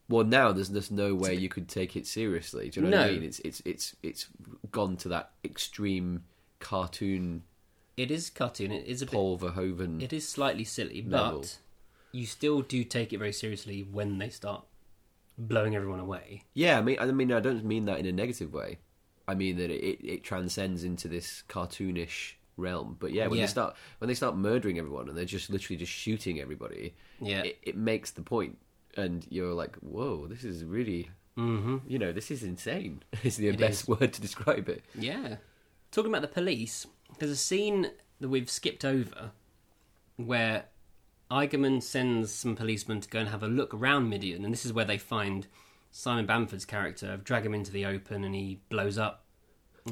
[SPEAKER 3] Well, now there's just no way you could take it seriously. Do you know what I
[SPEAKER 2] No.
[SPEAKER 3] mean? It's it's it's it's gone to that extreme cartoon
[SPEAKER 2] It is cartoon. It is a bit.
[SPEAKER 3] Paul Verhoeven.
[SPEAKER 2] It is slightly silly,
[SPEAKER 3] Level.
[SPEAKER 2] but you still do take it very seriously when they start blowing everyone away.
[SPEAKER 3] Yeah, I mean, I mean, I don't mean that in a negative way. I mean that it, it, it transcends into this cartoonish realm. But yeah, when
[SPEAKER 2] Yeah.
[SPEAKER 3] they start when they start murdering everyone and they're just literally just shooting everybody,
[SPEAKER 2] Yeah.
[SPEAKER 3] it, it makes the point, and you're like, whoa, this is really,
[SPEAKER 2] Mm-hmm.
[SPEAKER 3] you know, this is insane. (laughs) Is the best word to describe it.
[SPEAKER 2] Yeah. Talking about the police, there's a scene that we've skipped over where Eigerman sends some policemen to go and have a look around Midian, and this is where they find Simon Bamford's character, drag him into the open, and he blows up.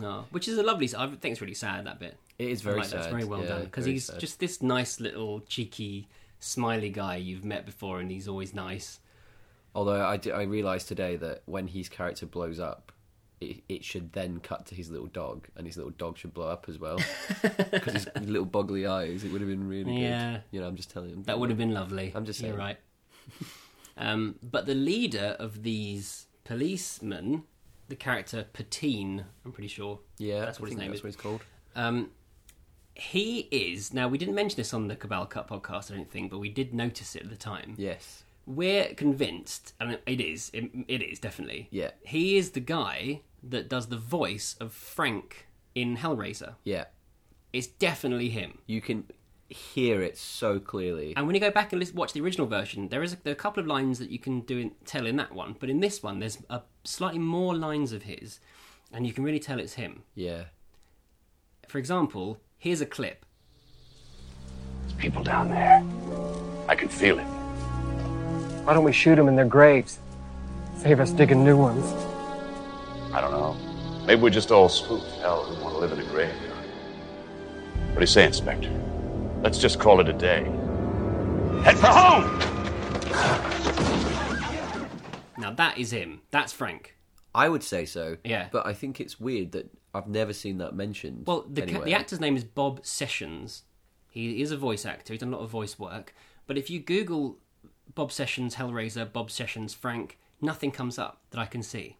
[SPEAKER 2] Oh, which is a lovely. I think it's really sad that bit.
[SPEAKER 3] Ah. It is very
[SPEAKER 2] like That's
[SPEAKER 3] sad,
[SPEAKER 2] very well
[SPEAKER 3] yeah,
[SPEAKER 2] done because
[SPEAKER 3] very
[SPEAKER 2] he's
[SPEAKER 3] sad.
[SPEAKER 2] just this nice little cheeky, smiley guy you've met before, and he's always nice.
[SPEAKER 3] Although I, d- I realized today that when his character blows up, it, it should then cut to his little dog, and his little dog should blow up
[SPEAKER 2] (laughs)
[SPEAKER 3] as well because his little boggly eyes. It would have been really
[SPEAKER 2] Yeah.
[SPEAKER 3] good. You know, I'm just telling him
[SPEAKER 2] That would have been lovely.
[SPEAKER 3] I'm just
[SPEAKER 2] You're
[SPEAKER 3] saying.
[SPEAKER 2] right. (laughs) um, but the leader of these policemen, the character Patine, I'm pretty sure.
[SPEAKER 3] Yeah,
[SPEAKER 2] that's what his
[SPEAKER 3] I think
[SPEAKER 2] name
[SPEAKER 3] that's
[SPEAKER 2] is.
[SPEAKER 3] What it's called.
[SPEAKER 2] Um, he is now. We didn't mention this on the Cabal Cut podcast, I don't think, but we did notice it at the time.
[SPEAKER 3] Yes.
[SPEAKER 2] We're convinced, and it is, it, it is definitely.
[SPEAKER 3] Yeah.
[SPEAKER 2] he is the guy that does the voice of Frank in Hellraiser.
[SPEAKER 3] Yeah.
[SPEAKER 2] It's definitely him.
[SPEAKER 3] You can hear it so clearly.
[SPEAKER 2] And when you go back and listen, watch the original version, there is a, there are a couple of lines that you can do in, tell in that one, but in this one, there's a slightly more lines of his, and you can really tell it's him.
[SPEAKER 3] Yeah.
[SPEAKER 2] For example, here's a clip.
[SPEAKER 8] people down there. I can feel it.
[SPEAKER 9] Why don't we shoot them in their graves? Save us digging new ones.
[SPEAKER 8] I don't know. Maybe we're just all spooked. Hell, we want to live in a graveyard. What do you say, Inspector? Let's just call it a day. Head for home!
[SPEAKER 2] Now that is him. That's Frank.
[SPEAKER 3] I would say so.
[SPEAKER 2] Yeah.
[SPEAKER 3] But I think it's weird that I've never seen that mentioned.
[SPEAKER 2] Well, the ca-
[SPEAKER 3] anywhere.
[SPEAKER 2] the actor's name is Bob Sessions. He is a voice actor. He's done a lot of voice work. But if you Google Bob Sessions Hellraiser, Bob Sessions Frank, nothing comes up that I can see.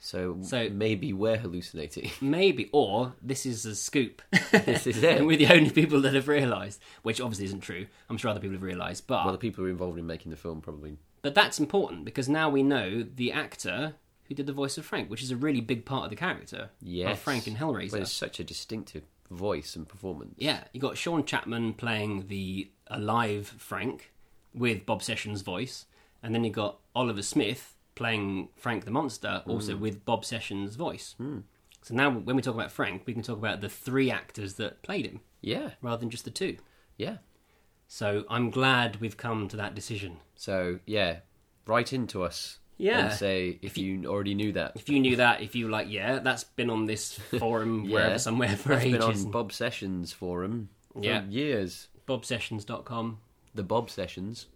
[SPEAKER 3] So,
[SPEAKER 2] so-
[SPEAKER 3] maybe we're hallucinating. (laughs)
[SPEAKER 2] Maybe, or this is a scoop.
[SPEAKER 3] This is it.
[SPEAKER 2] And we're the only people that have realised, which obviously isn't true. I'm sure other people have realised, but
[SPEAKER 3] well, the people who are involved in making the film probably.
[SPEAKER 2] but that's important because now we know the actor who did the voice of Frank, which is a really big part of the character
[SPEAKER 3] Yes.
[SPEAKER 2] of Frank in Hellraiser.
[SPEAKER 3] Well, it's such a distinctive voice and performance.
[SPEAKER 2] Yeah, you got Sean Chapman playing the alive Frank with Bob Sessions' voice, and then you got Oliver Smith playing Frank the monster, also
[SPEAKER 3] Hmm.
[SPEAKER 2] with Bob Sessions' voice. So now, when we talk about Frank, we can talk about the three actors that played him
[SPEAKER 3] Yeah.
[SPEAKER 2] rather than just the two.
[SPEAKER 3] Yeah.
[SPEAKER 2] So I'm glad we've come to that decision.
[SPEAKER 3] So yeah, write into us.
[SPEAKER 2] Yeah.
[SPEAKER 3] And say if you, already knew that.
[SPEAKER 2] If you knew that, if you were like, yeah, that's been on this
[SPEAKER 3] (laughs)
[SPEAKER 2] forum wherever somewhere for
[SPEAKER 3] That's
[SPEAKER 2] ages.
[SPEAKER 3] been on Bob Sessions forum for
[SPEAKER 2] Yeah.
[SPEAKER 3] years.
[SPEAKER 2] Bobsessions.com.
[SPEAKER 3] The Bob Sessions.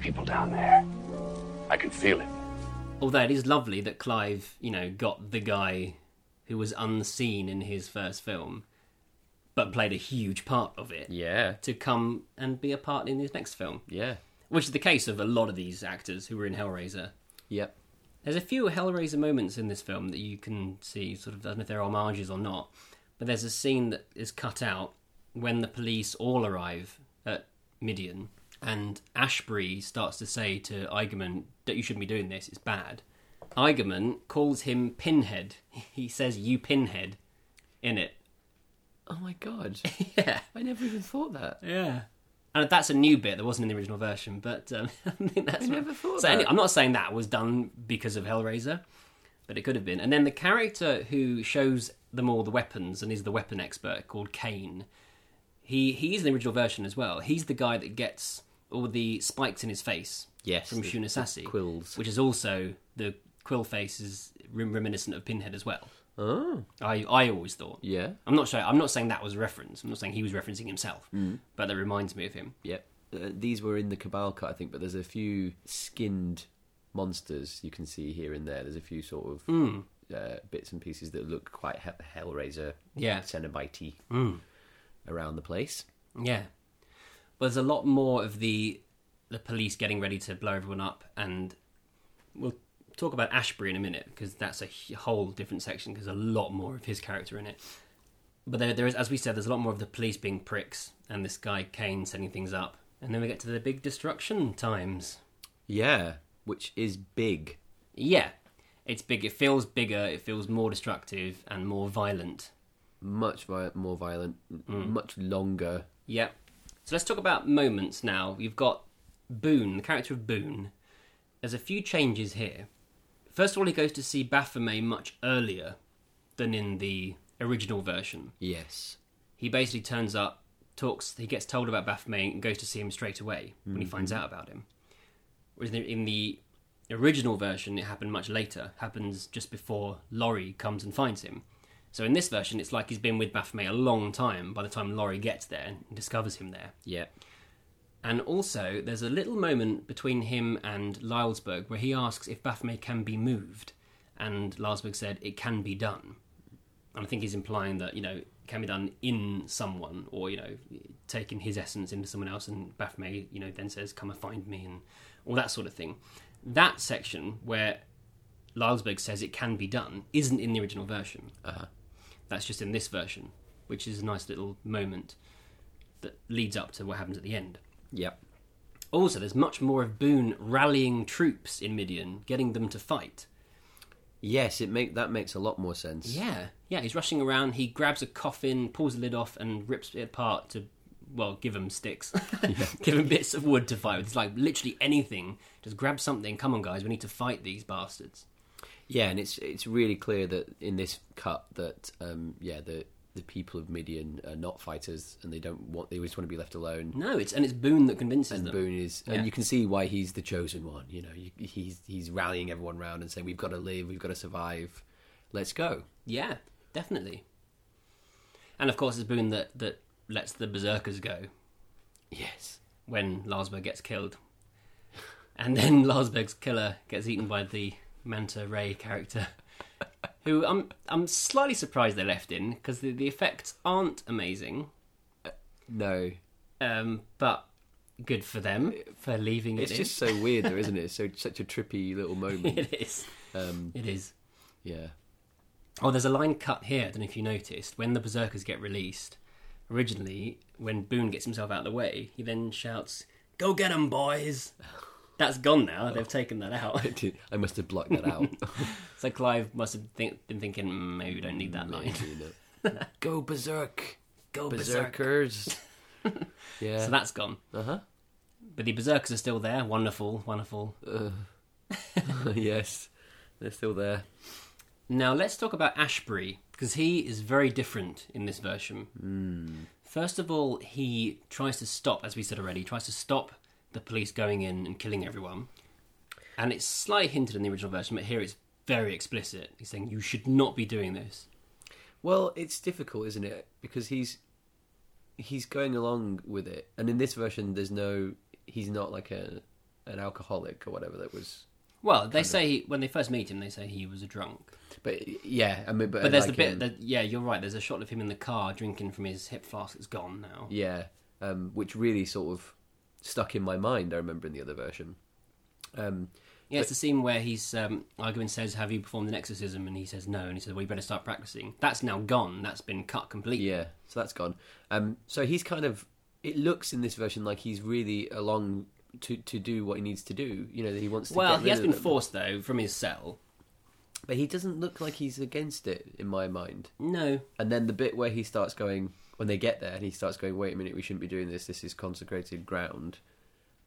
[SPEAKER 8] People down there. I can feel it.
[SPEAKER 2] Although it is lovely that Clive, you know, got the guy who was unseen in his first film, but played a huge part of it,
[SPEAKER 3] Yeah.
[SPEAKER 2] to come and be a part in his next film,
[SPEAKER 3] Yeah.
[SPEAKER 2] which is the case of a lot of these actors who were in Hellraiser.
[SPEAKER 3] Yep.
[SPEAKER 2] There's a few Hellraiser moments in this film that you can see, sort of, I don't know if they're homages or not, but there's a scene that is cut out when the police all arrive at Midian and Ashbury starts to say to Eigerman that you shouldn't be doing this, it's bad. Eigerman calls him Pinhead. (laughs) He says, You Pinhead, in it.
[SPEAKER 3] Oh my (laughs) god.
[SPEAKER 2] Yeah.
[SPEAKER 3] I never even thought that.
[SPEAKER 2] Yeah. And that's a new bit that wasn't in the original version, but um, (laughs) I think that's.
[SPEAKER 3] I
[SPEAKER 2] what-
[SPEAKER 3] never thought
[SPEAKER 2] so any-
[SPEAKER 3] that.
[SPEAKER 2] I'm not saying that was done because of Hellraiser, but it could have been. And then the character who shows them all the weapons and is the weapon expert called Kane. He he's in the original version as well. He's the guy that gets all the spikes in his face.
[SPEAKER 3] Yes,
[SPEAKER 2] from
[SPEAKER 3] the-
[SPEAKER 2] Shunasasi
[SPEAKER 3] the quills.
[SPEAKER 2] which is also the quill face is rem- reminiscent of Pinhead as well. Oh, I I always thought.
[SPEAKER 3] Yeah.
[SPEAKER 2] I'm not sure. I'm not saying that was a reference. I'm not saying he was referencing himself, but that reminds me of him.
[SPEAKER 3] Yep. Uh, these were in the Cabal cut, I think, but there's a few skinned monsters you can see here and there. There's a few sort of uh, bits and pieces that look quite he- Hellraiser,
[SPEAKER 2] Yeah.
[SPEAKER 3] Cenobite around the place.
[SPEAKER 2] Yeah. Well, there's a lot more of the the police getting ready to blow everyone up, and we'll talk about Ashbury in a minute because that's a h- whole different section because a lot more of his character in it. But there, there is, as we said, there's a lot more of the police being pricks and this guy Kane setting things up, and then we get to the big destruction times.
[SPEAKER 3] Yeah, which is big.
[SPEAKER 2] Yeah, it's big. It feels bigger. It feels more destructive and more violent.
[SPEAKER 3] Much vi- more violent, much longer.
[SPEAKER 2] Yep. So let's talk about moments now. You've got Boone, the character of Boone. There's a few changes here. First of all, he goes to see Baphomet much earlier than in the original version.
[SPEAKER 3] Yes.
[SPEAKER 2] He basically turns up, talks, he gets told about Baphomet and goes to see him straight away when he finds out about him. Whereas in the- in the original version, it happened much later, happens just before Laurie comes and finds him. So in this version, it's like he's been with Baphomet a long time by the time Laurie gets there and discovers him there.
[SPEAKER 3] Yep.
[SPEAKER 2] And also, there's a little moment between him and Lylesburg where he asks if Baphomet can be moved, and Lylesburg said it can be done. And I think he's implying that you know it can be done in someone, or you know, taking his essence into someone else, and Baphomet you know then says, "Come and find me," and all that sort of thing. That section where Lylesburg says it can be done isn't in the original version. Uh-huh. That's just in this version, which is a nice little moment that leads up to what happens at the end.
[SPEAKER 3] Yep.
[SPEAKER 2] Also, there's much more of Boone rallying troops in Midian, getting them to fight.
[SPEAKER 3] Yes, it make that makes a lot more sense.
[SPEAKER 2] Yeah, yeah, he's rushing around. He grabs a coffin, pulls the lid off, and rips it apart to, well, give him
[SPEAKER 3] (laughs)
[SPEAKER 2] sticks, (laughs) give him bits of wood to fight with. It's like literally anything. Just grab something. Come on, guys, we need to fight these bastards.
[SPEAKER 3] Yeah, and it's it's really clear that in this cut that um, yeah the the people of Midian are not fighters and they don't want they always want to be left alone.
[SPEAKER 2] No, it's and it's Boone that convinces
[SPEAKER 3] And
[SPEAKER 2] them.
[SPEAKER 3] Boone is,
[SPEAKER 2] Yeah.
[SPEAKER 3] and you can see why he's the chosen one. You know, you, he's he's rallying everyone round and saying, "We've got to live, we've got to survive, let's go."
[SPEAKER 2] Yeah, definitely. And of course, it's Boone that that lets the berserkers go
[SPEAKER 3] Yes,
[SPEAKER 2] when Larsberg gets killed. And then (laughs) Larsberg's killer gets eaten by the Manta Ray
[SPEAKER 3] (laughs)
[SPEAKER 2] character, who I'm I'm slightly surprised they left in because the, the effects aren't amazing,
[SPEAKER 3] no,
[SPEAKER 2] um, but good for them for leaving
[SPEAKER 3] it's
[SPEAKER 2] it. (laughs)
[SPEAKER 3] just so weird, though, isn't it? It's so such a trippy little
[SPEAKER 2] in.
[SPEAKER 3] moment.
[SPEAKER 2] it is.
[SPEAKER 3] Um,
[SPEAKER 2] it is.
[SPEAKER 3] yeah, (laughs)
[SPEAKER 2] Oh, there's a line cut here. I don't know if you noticed when the berserkers get released. Originally, when Boone gets himself out of the way, he then shouts, "Go get 'em,
[SPEAKER 3] (laughs)
[SPEAKER 2] boys!" That's gone now.
[SPEAKER 3] Oh.
[SPEAKER 2] They've taken that out.
[SPEAKER 3] Dude, I must have blocked that
[SPEAKER 2] (laughs)
[SPEAKER 3] out. (laughs)
[SPEAKER 2] So Clive must have think, been thinking, "Mm, maybe we don't need that line.
[SPEAKER 3] You know. go berserk,
[SPEAKER 2] Go berserk.
[SPEAKER 3] berserkers. (laughs)
[SPEAKER 2] (laughs)
[SPEAKER 3] yeah,
[SPEAKER 2] So that's gone.
[SPEAKER 3] uh-huh.
[SPEAKER 2] But the berserkers are still there. Wonderful, wonderful.
[SPEAKER 3] (laughs) yes, they're still there.
[SPEAKER 2] Now let's talk about Ashbury because he is very different in this version. First of all, he tries to stop, as we said already, he tries to stop the police going in and killing everyone. And it's slightly hinted in the original version, but here it's very explicit. He's saying you should not be doing this.
[SPEAKER 3] Well, it's difficult, isn't it? Because he's he's going along with it, and in this version, there's no he's not like a an alcoholic or whatever that was.
[SPEAKER 2] Well, they say he, when they first meet him, they say he was a drunk.
[SPEAKER 3] But yeah, I mean, but,
[SPEAKER 2] But there's
[SPEAKER 3] like um,
[SPEAKER 2] the bit
[SPEAKER 3] in-
[SPEAKER 2] that yeah, you're right. There's a shot of him in the car drinking from his hip flask. It's gone now.
[SPEAKER 3] yeah, um, which really sort of stuck in my mind. I remember in the other version, um,
[SPEAKER 2] Yeah, it's the scene where he's um, Arguin says, "Have you performed an exorcism?" and he says, "No," and he says, "Well, you better start practicing." That's now gone. That's been cut completely.
[SPEAKER 3] Yeah, so that's gone. Um, so he's kind of. It looks in this version like he's really along to to do what he needs to do. You know that he wants. to
[SPEAKER 2] Well,
[SPEAKER 3] get
[SPEAKER 2] he has
[SPEAKER 3] rid
[SPEAKER 2] been
[SPEAKER 3] of them.
[SPEAKER 2] forced though from his cell.
[SPEAKER 3] but he doesn't look like he's against it in my mind.
[SPEAKER 2] No,
[SPEAKER 3] And then the bit where he starts going when they get there, and he starts going, "Wait a minute, we shouldn't be doing this. This is consecrated ground."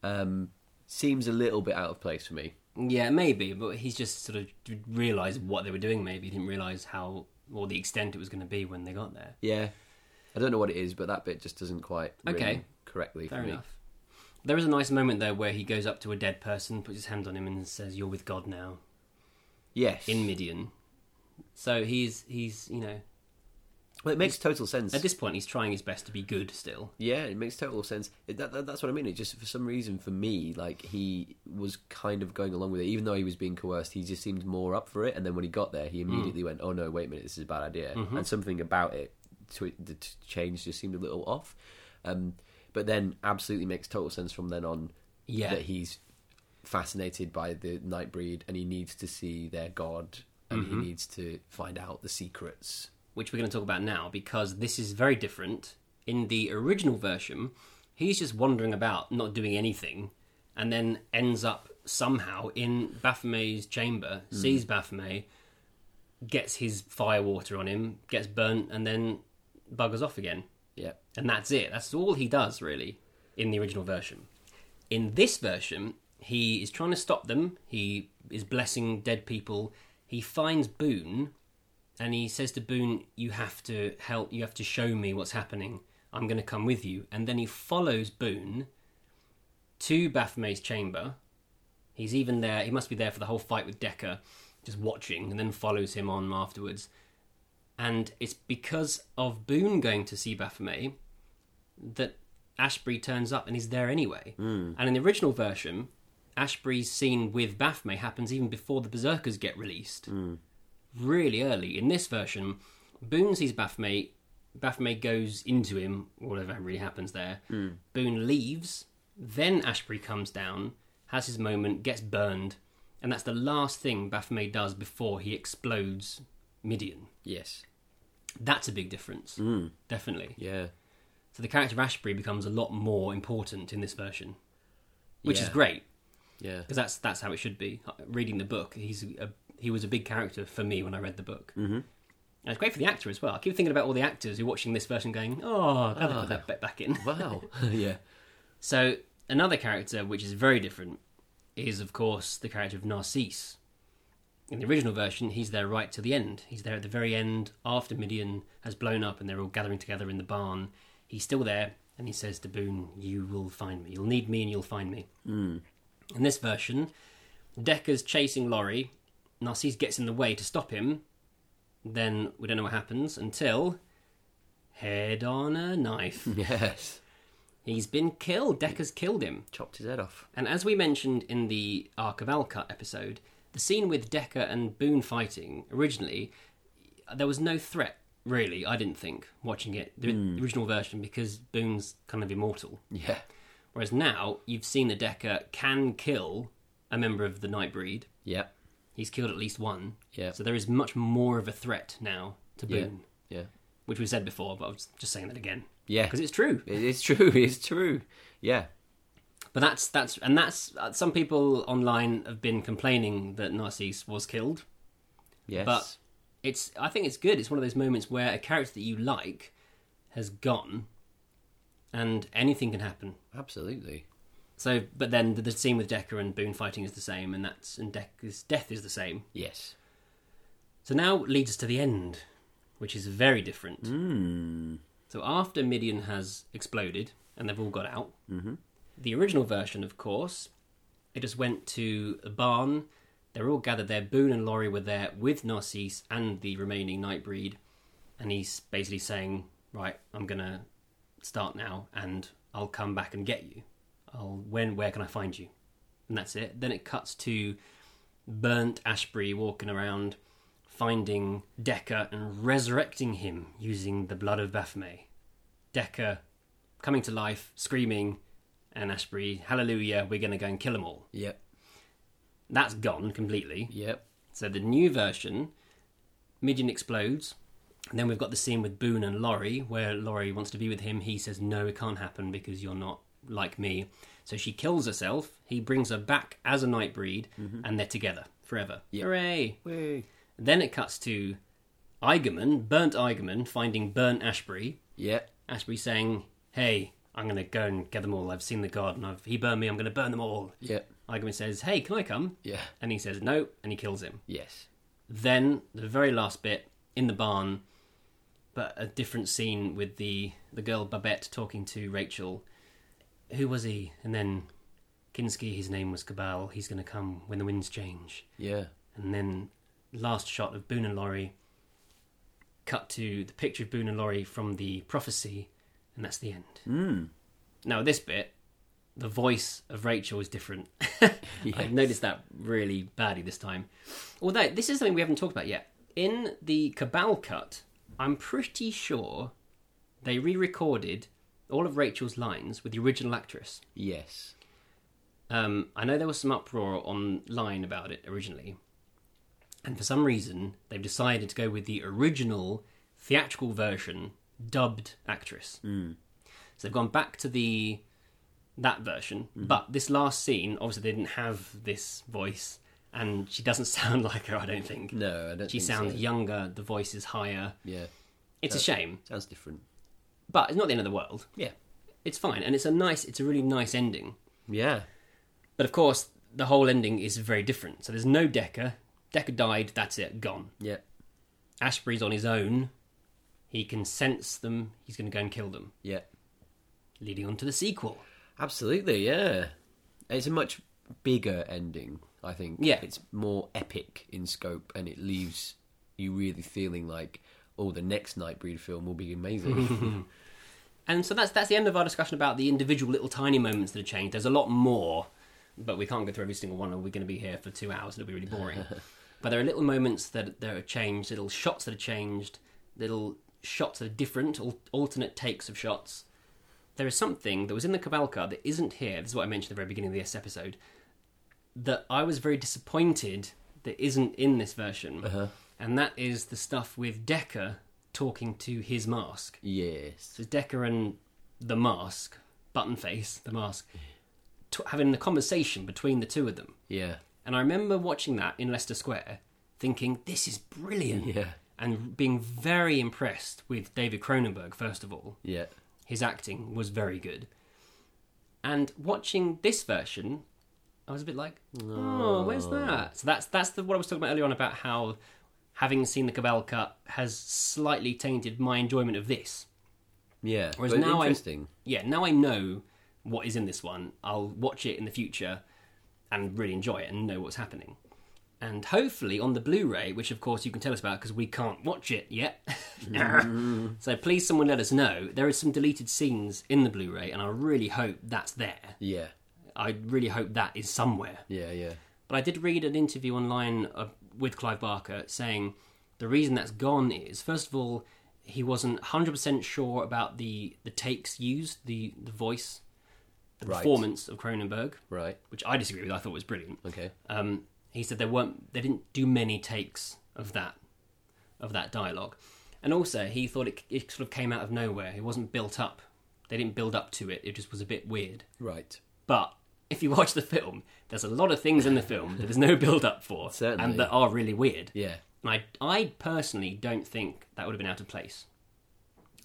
[SPEAKER 3] Um, seems a little bit out of place for me.
[SPEAKER 2] yeah, maybe, but he's just sort of realised what they were doing. Maybe he didn't realise how or the extent it was going to be when they got there.
[SPEAKER 3] Yeah, I don't know what it is, but that bit just doesn't quite ring
[SPEAKER 2] Okay.
[SPEAKER 3] correctly
[SPEAKER 2] Fair
[SPEAKER 3] for me.
[SPEAKER 2] enough. There is a nice moment though where he goes up to a dead person, puts his hand on him, and says, "You're with God now."
[SPEAKER 3] Yes,
[SPEAKER 2] In Midian, so he's he's you know
[SPEAKER 3] well, it makes total sense.
[SPEAKER 2] at this point he's trying his best to be good still.
[SPEAKER 3] Yeah, it makes total sense. It, that, that, that's what I mean. It just for some reason for me, like he was kind of going along with it, even though he was being coerced. He just seemed more up for it. And then when he got there, he immediately went, "Oh no, wait a minute, this is a bad idea." And something about it, to, the t- change just seemed a little off. Um, but then, absolutely makes total sense from then on.
[SPEAKER 2] Yeah.
[SPEAKER 3] that he's fascinated by the Nightbreed and he needs to see their god and he needs to find out the secrets.
[SPEAKER 2] which we're going to talk about now because this is very different. In the original version, he's just wandering about, not doing anything, and then ends up somehow in Baphomet's chamber, sees Baphomet, gets his firewater on him, gets burnt, and then buggers off again.
[SPEAKER 3] Yeah,
[SPEAKER 2] And that's it. That's all he does, really, in the original version. In this version, he is trying to stop them. He is blessing dead people. He finds Boone and he says to Boone, You have to help. You have to show me what's happening. I'm going to come with you. And then he follows Boone to Baphomet's chamber. He's even there. He must be there for the whole fight with Decker, just watching, and then follows him on afterwards. And it's because of Boone going to see Baphomet that Ashbury turns up and is there anyway. And in the original version, Ashbury's scene with Baphomet happens even before the Berserkers get released. Really early. In this version, Boone sees Baphomet, Baphomet goes into him, whatever really happens there. Boone leaves, then Ashbury comes down, has his moment, gets burned, and that's the last thing Baphomet does before he explodes Midian.
[SPEAKER 3] yes,
[SPEAKER 2] That's a big difference, definitely.
[SPEAKER 3] yeah.
[SPEAKER 2] So the character of Ashbury becomes a lot more important in this version, which is
[SPEAKER 3] Yeah.
[SPEAKER 2] great
[SPEAKER 3] Yeah,
[SPEAKER 2] because that's that's how it should be. Uh, Reading the book, he's a, he was a big character for me when I read the book. Mm-hmm. And it's great for the actor as well. I keep thinking about all the actors who are watching this version going, "Oh, glad they put that bit back in." (laughs)
[SPEAKER 3] wow, (laughs) yeah,
[SPEAKER 2] So another character which is very different is, of course, the character of Narcisse. In the original version, he's there right to the end. He's there at the very end after Midian has blown up and they're all gathering together in the barn. He's still there and he says to Boone, You will find me. You'll need me and you'll find me. In this version, Decker's chasing Laurie. Narcisse gets in the way to stop him. Then we don't know what happens until head on a knife.
[SPEAKER 3] (laughs) yes.
[SPEAKER 2] He's been killed. Decker's killed him.
[SPEAKER 3] chopped his head off.
[SPEAKER 2] And as we mentioned in the Ark of Alcut episode, the scene with Decker and Boone fighting originally, there was no threat really. I didn't think watching it the
[SPEAKER 3] Hmm.
[SPEAKER 2] original version because Boone's kind of immortal.
[SPEAKER 3] Yeah,
[SPEAKER 2] Whereas now you've seen that Decker can kill a member of the Nightbreed.
[SPEAKER 3] yeah,
[SPEAKER 2] He's killed at least one.
[SPEAKER 3] Yeah.
[SPEAKER 2] So there is much more of a threat now to
[SPEAKER 3] yeah,
[SPEAKER 2] Boone,
[SPEAKER 3] yeah.
[SPEAKER 2] which we said before, but I was just saying that again.
[SPEAKER 3] Yeah.
[SPEAKER 2] Because it's true.
[SPEAKER 3] It is true. (laughs) It's true. Yeah,
[SPEAKER 2] But that's that's and that's uh, some people online have been complaining that Narcisse was killed.
[SPEAKER 3] yes.
[SPEAKER 2] But it's I think it's good. It's one of those moments where a character that you like has gone, and anything can happen.
[SPEAKER 3] absolutely.
[SPEAKER 2] So, but then the, the scene with Decker and Boone fighting is the same, and that's and Decker's death is the same.
[SPEAKER 3] Yes.
[SPEAKER 2] So now leads us to the end, which is very different. So after Midian has exploded and they've all got out, mm-hmm. the original version, of course, it just went to a barn. They're all gathered there. Boone and Laurie were there with Narcisse and the remaining Nightbreed, and he's basically saying, "Right, I'm gonna start now, and I'll come back and get you. I'll when where can I find you?" And that's it. Then it cuts to burnt Ashbury walking around, finding Decker and resurrecting him using the blood of Baphomet. Decker coming to life, screaming, and Ashbury, hallelujah, we're going to go and kill them all.
[SPEAKER 3] Yep.
[SPEAKER 2] That's gone completely.
[SPEAKER 3] Yep.
[SPEAKER 2] So the new version, Midian explodes. And then we've got the scene with Boone and Laurie, where Laurie wants to be with him. He says, "No, it can't happen because you're not like me." So she kills herself. He brings her back as a Nightbreed, and they're together forever. Hooray!
[SPEAKER 3] Way.
[SPEAKER 2] Then it cuts to Eigerman, burnt Eigerman, finding burnt Ashbury.
[SPEAKER 3] Yep.
[SPEAKER 2] Ashbury saying, "Hey, I'm going to go and get them all. I've seen the garden. I've, he burned me. I'm going to burn them all."
[SPEAKER 3] Yep.
[SPEAKER 2] Eigerman says, "Hey, can I come?"
[SPEAKER 3] Yeah.
[SPEAKER 2] And he says no, and he kills him.
[SPEAKER 3] Yes.
[SPEAKER 2] Then the very last bit in the barn, but a different scene with the the girl Babette talking to Rachel. Who was he? And then Kinski, his name was Cabal. He's going to come when the winds change.
[SPEAKER 3] Yeah.
[SPEAKER 2] And then last shot of Boone and Laurie. Cut to the picture of Boone and Laurie from the prophecy, and that's the end. Now this bit, the voice of Rachel is different. (laughs) I've noticed that really badly this time. Although this is something we haven't talked about yet. In the Cabal cut, I'm pretty sure they re-recorded all of Rachel's lines with the original actress.
[SPEAKER 3] Yes.
[SPEAKER 2] Um, I know there was some uproar online about it originally, and for some reason they've decided to go with the original theatrical version dubbed actress.
[SPEAKER 3] Hmm.
[SPEAKER 2] So they've gone back to the that version,
[SPEAKER 3] Hmm.
[SPEAKER 2] but this last scene obviously they didn't have this voice, and she doesn't (laughs) sound like her. I don't think.
[SPEAKER 3] No, I don't.
[SPEAKER 2] She
[SPEAKER 3] think
[SPEAKER 2] sounds
[SPEAKER 3] so.
[SPEAKER 2] younger. The voice is higher.
[SPEAKER 3] Yeah.
[SPEAKER 2] It's a shame,
[SPEAKER 3] Sounds different.
[SPEAKER 2] but it's not the end of the world.
[SPEAKER 3] Yeah.
[SPEAKER 2] It's fine, and it's a nice. It's a really nice ending.
[SPEAKER 3] Yeah.
[SPEAKER 2] But of course, the whole ending is very different. So there's no Decker. Decker died, that's it, gone.
[SPEAKER 3] Yep.
[SPEAKER 2] Ashbury's on his own. He can sense them, he's going to go and kill them,
[SPEAKER 3] Yep.
[SPEAKER 2] leading on to the sequel.
[SPEAKER 3] Absolutely. Yeah. It's a much bigger ending. I think.
[SPEAKER 2] Yeah.
[SPEAKER 3] It's more epic in scope, and it leaves you really feeling like, oh, the next Nightbreed film will be (laughs) amazing.
[SPEAKER 2] And so that's that's the end of our discussion about the individual little tiny moments that have changed. There's a lot more, but we can't go through every single one, or we're going to be here for two hours. It'll be really boring. but there are little moments that that are changed, little shots that are changed, little shots that are different, al- alternate takes of shots. There is something that was in the Cabal card that isn't here. This is what I mentioned at the very beginning of this episode. That I was very disappointed that isn't in this version, and that is the stuff with Decker talking to his mask.
[SPEAKER 3] yes.
[SPEAKER 2] So Decker and the mask, button face, the mask, t- having the conversation between the two of them.
[SPEAKER 3] Yeah.
[SPEAKER 2] And I remember watching that in Leicester Square, thinking, this is brilliant.
[SPEAKER 3] Yeah.
[SPEAKER 2] And being very impressed with David Cronenberg, first of all.
[SPEAKER 3] Yeah.
[SPEAKER 2] His acting was very good. And watching this version, I was a bit like, oh, where's that? So that's that's the what I was talking about earlier on about how having seen the Cabal cut has slightly tainted my enjoyment of this.
[SPEAKER 3] Yeah.
[SPEAKER 2] Whereas
[SPEAKER 3] But
[SPEAKER 2] now I-
[SPEAKER 3] interesting.
[SPEAKER 2] yeah, now I know what is in this one. I'll watch it in the future and really enjoy it and know what's happening. And hopefully on the Blu-ray, which of course you can tell us about because we can't watch it yet. (laughs) so please, someone let us know. There is some deleted scenes in the Blu-ray, and I really hope that's there.
[SPEAKER 3] Yeah.
[SPEAKER 2] I really hope that is somewhere.
[SPEAKER 3] Yeah. Yeah.
[SPEAKER 2] But I did read an interview online uh, with Clive Barker saying the reason that's gone is first of all he wasn't 100% sure about the the takes used, the the voice, the
[SPEAKER 3] Right.
[SPEAKER 2] performance of Cronenberg,
[SPEAKER 3] Right.
[SPEAKER 2] which I disagree with. I thought was brilliant.
[SPEAKER 3] Okay.
[SPEAKER 2] Um, he said there weren't they didn't do many takes of that of that dialogue, and also he thought it, it sort of came out of nowhere. It wasn't built up. They didn't build up to it. It just was a bit weird.
[SPEAKER 3] Right.
[SPEAKER 2] But if you watch the film, there's a lot of things in the film that there's no build up for
[SPEAKER 3] Certainly.
[SPEAKER 2] and that are really weird.
[SPEAKER 3] Yeah.
[SPEAKER 2] And I, I personally don't think that would have been out of place.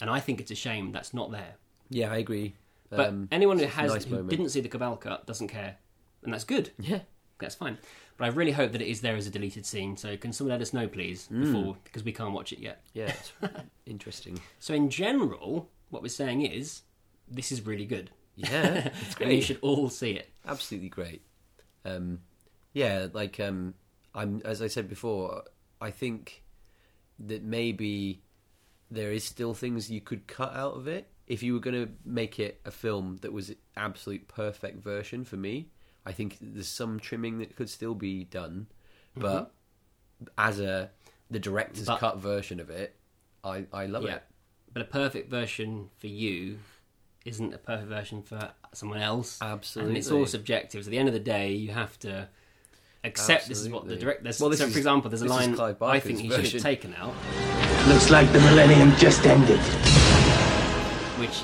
[SPEAKER 2] And I think it's a shame that's not there.
[SPEAKER 3] Yeah, I agree.
[SPEAKER 2] But
[SPEAKER 3] Um,
[SPEAKER 2] anyone who
[SPEAKER 3] it's a
[SPEAKER 2] has
[SPEAKER 3] nice
[SPEAKER 2] who
[SPEAKER 3] moment.
[SPEAKER 2] didn't see the Cabal cut doesn't care, and that's good.
[SPEAKER 3] Yeah.
[SPEAKER 2] That's fine. But I really hope that it is there as a deleted scene. So can someone let us know, please,
[SPEAKER 3] Hmm.
[SPEAKER 2] before because we can't watch it yet.
[SPEAKER 3] Yeah, (laughs) it's interesting.
[SPEAKER 2] So in general, what we're saying is this is really good.
[SPEAKER 3] Yeah, (laughs) it's
[SPEAKER 2] (laughs) and you
[SPEAKER 3] great.
[SPEAKER 2] should all see it.
[SPEAKER 3] Absolutely great. Um, yeah, like um, I'm as I said before, I think that maybe there is still things you could cut out of it. If you were going to make it a film that was absolute perfect version for me, I think there's some trimming that could still be done. But as a the director's
[SPEAKER 2] Mm-hmm. But-
[SPEAKER 3] cut version of it, I I love
[SPEAKER 2] Yeah.
[SPEAKER 3] it.
[SPEAKER 2] But a perfect version for you isn't a perfect version for someone else. And it's
[SPEAKER 3] Absolutely.
[SPEAKER 2] all subjective. So at the end of the day, you have to Except this is what the
[SPEAKER 3] Absolutely.
[SPEAKER 2] director. There's
[SPEAKER 3] Well, this
[SPEAKER 2] so,
[SPEAKER 3] is-
[SPEAKER 2] for example, there's a
[SPEAKER 3] this is
[SPEAKER 2] line
[SPEAKER 3] Clive
[SPEAKER 2] I think
[SPEAKER 3] Barker's
[SPEAKER 2] he should
[SPEAKER 3] version.
[SPEAKER 2] have taken out,
[SPEAKER 10] Looks like the millennium just ended.
[SPEAKER 2] which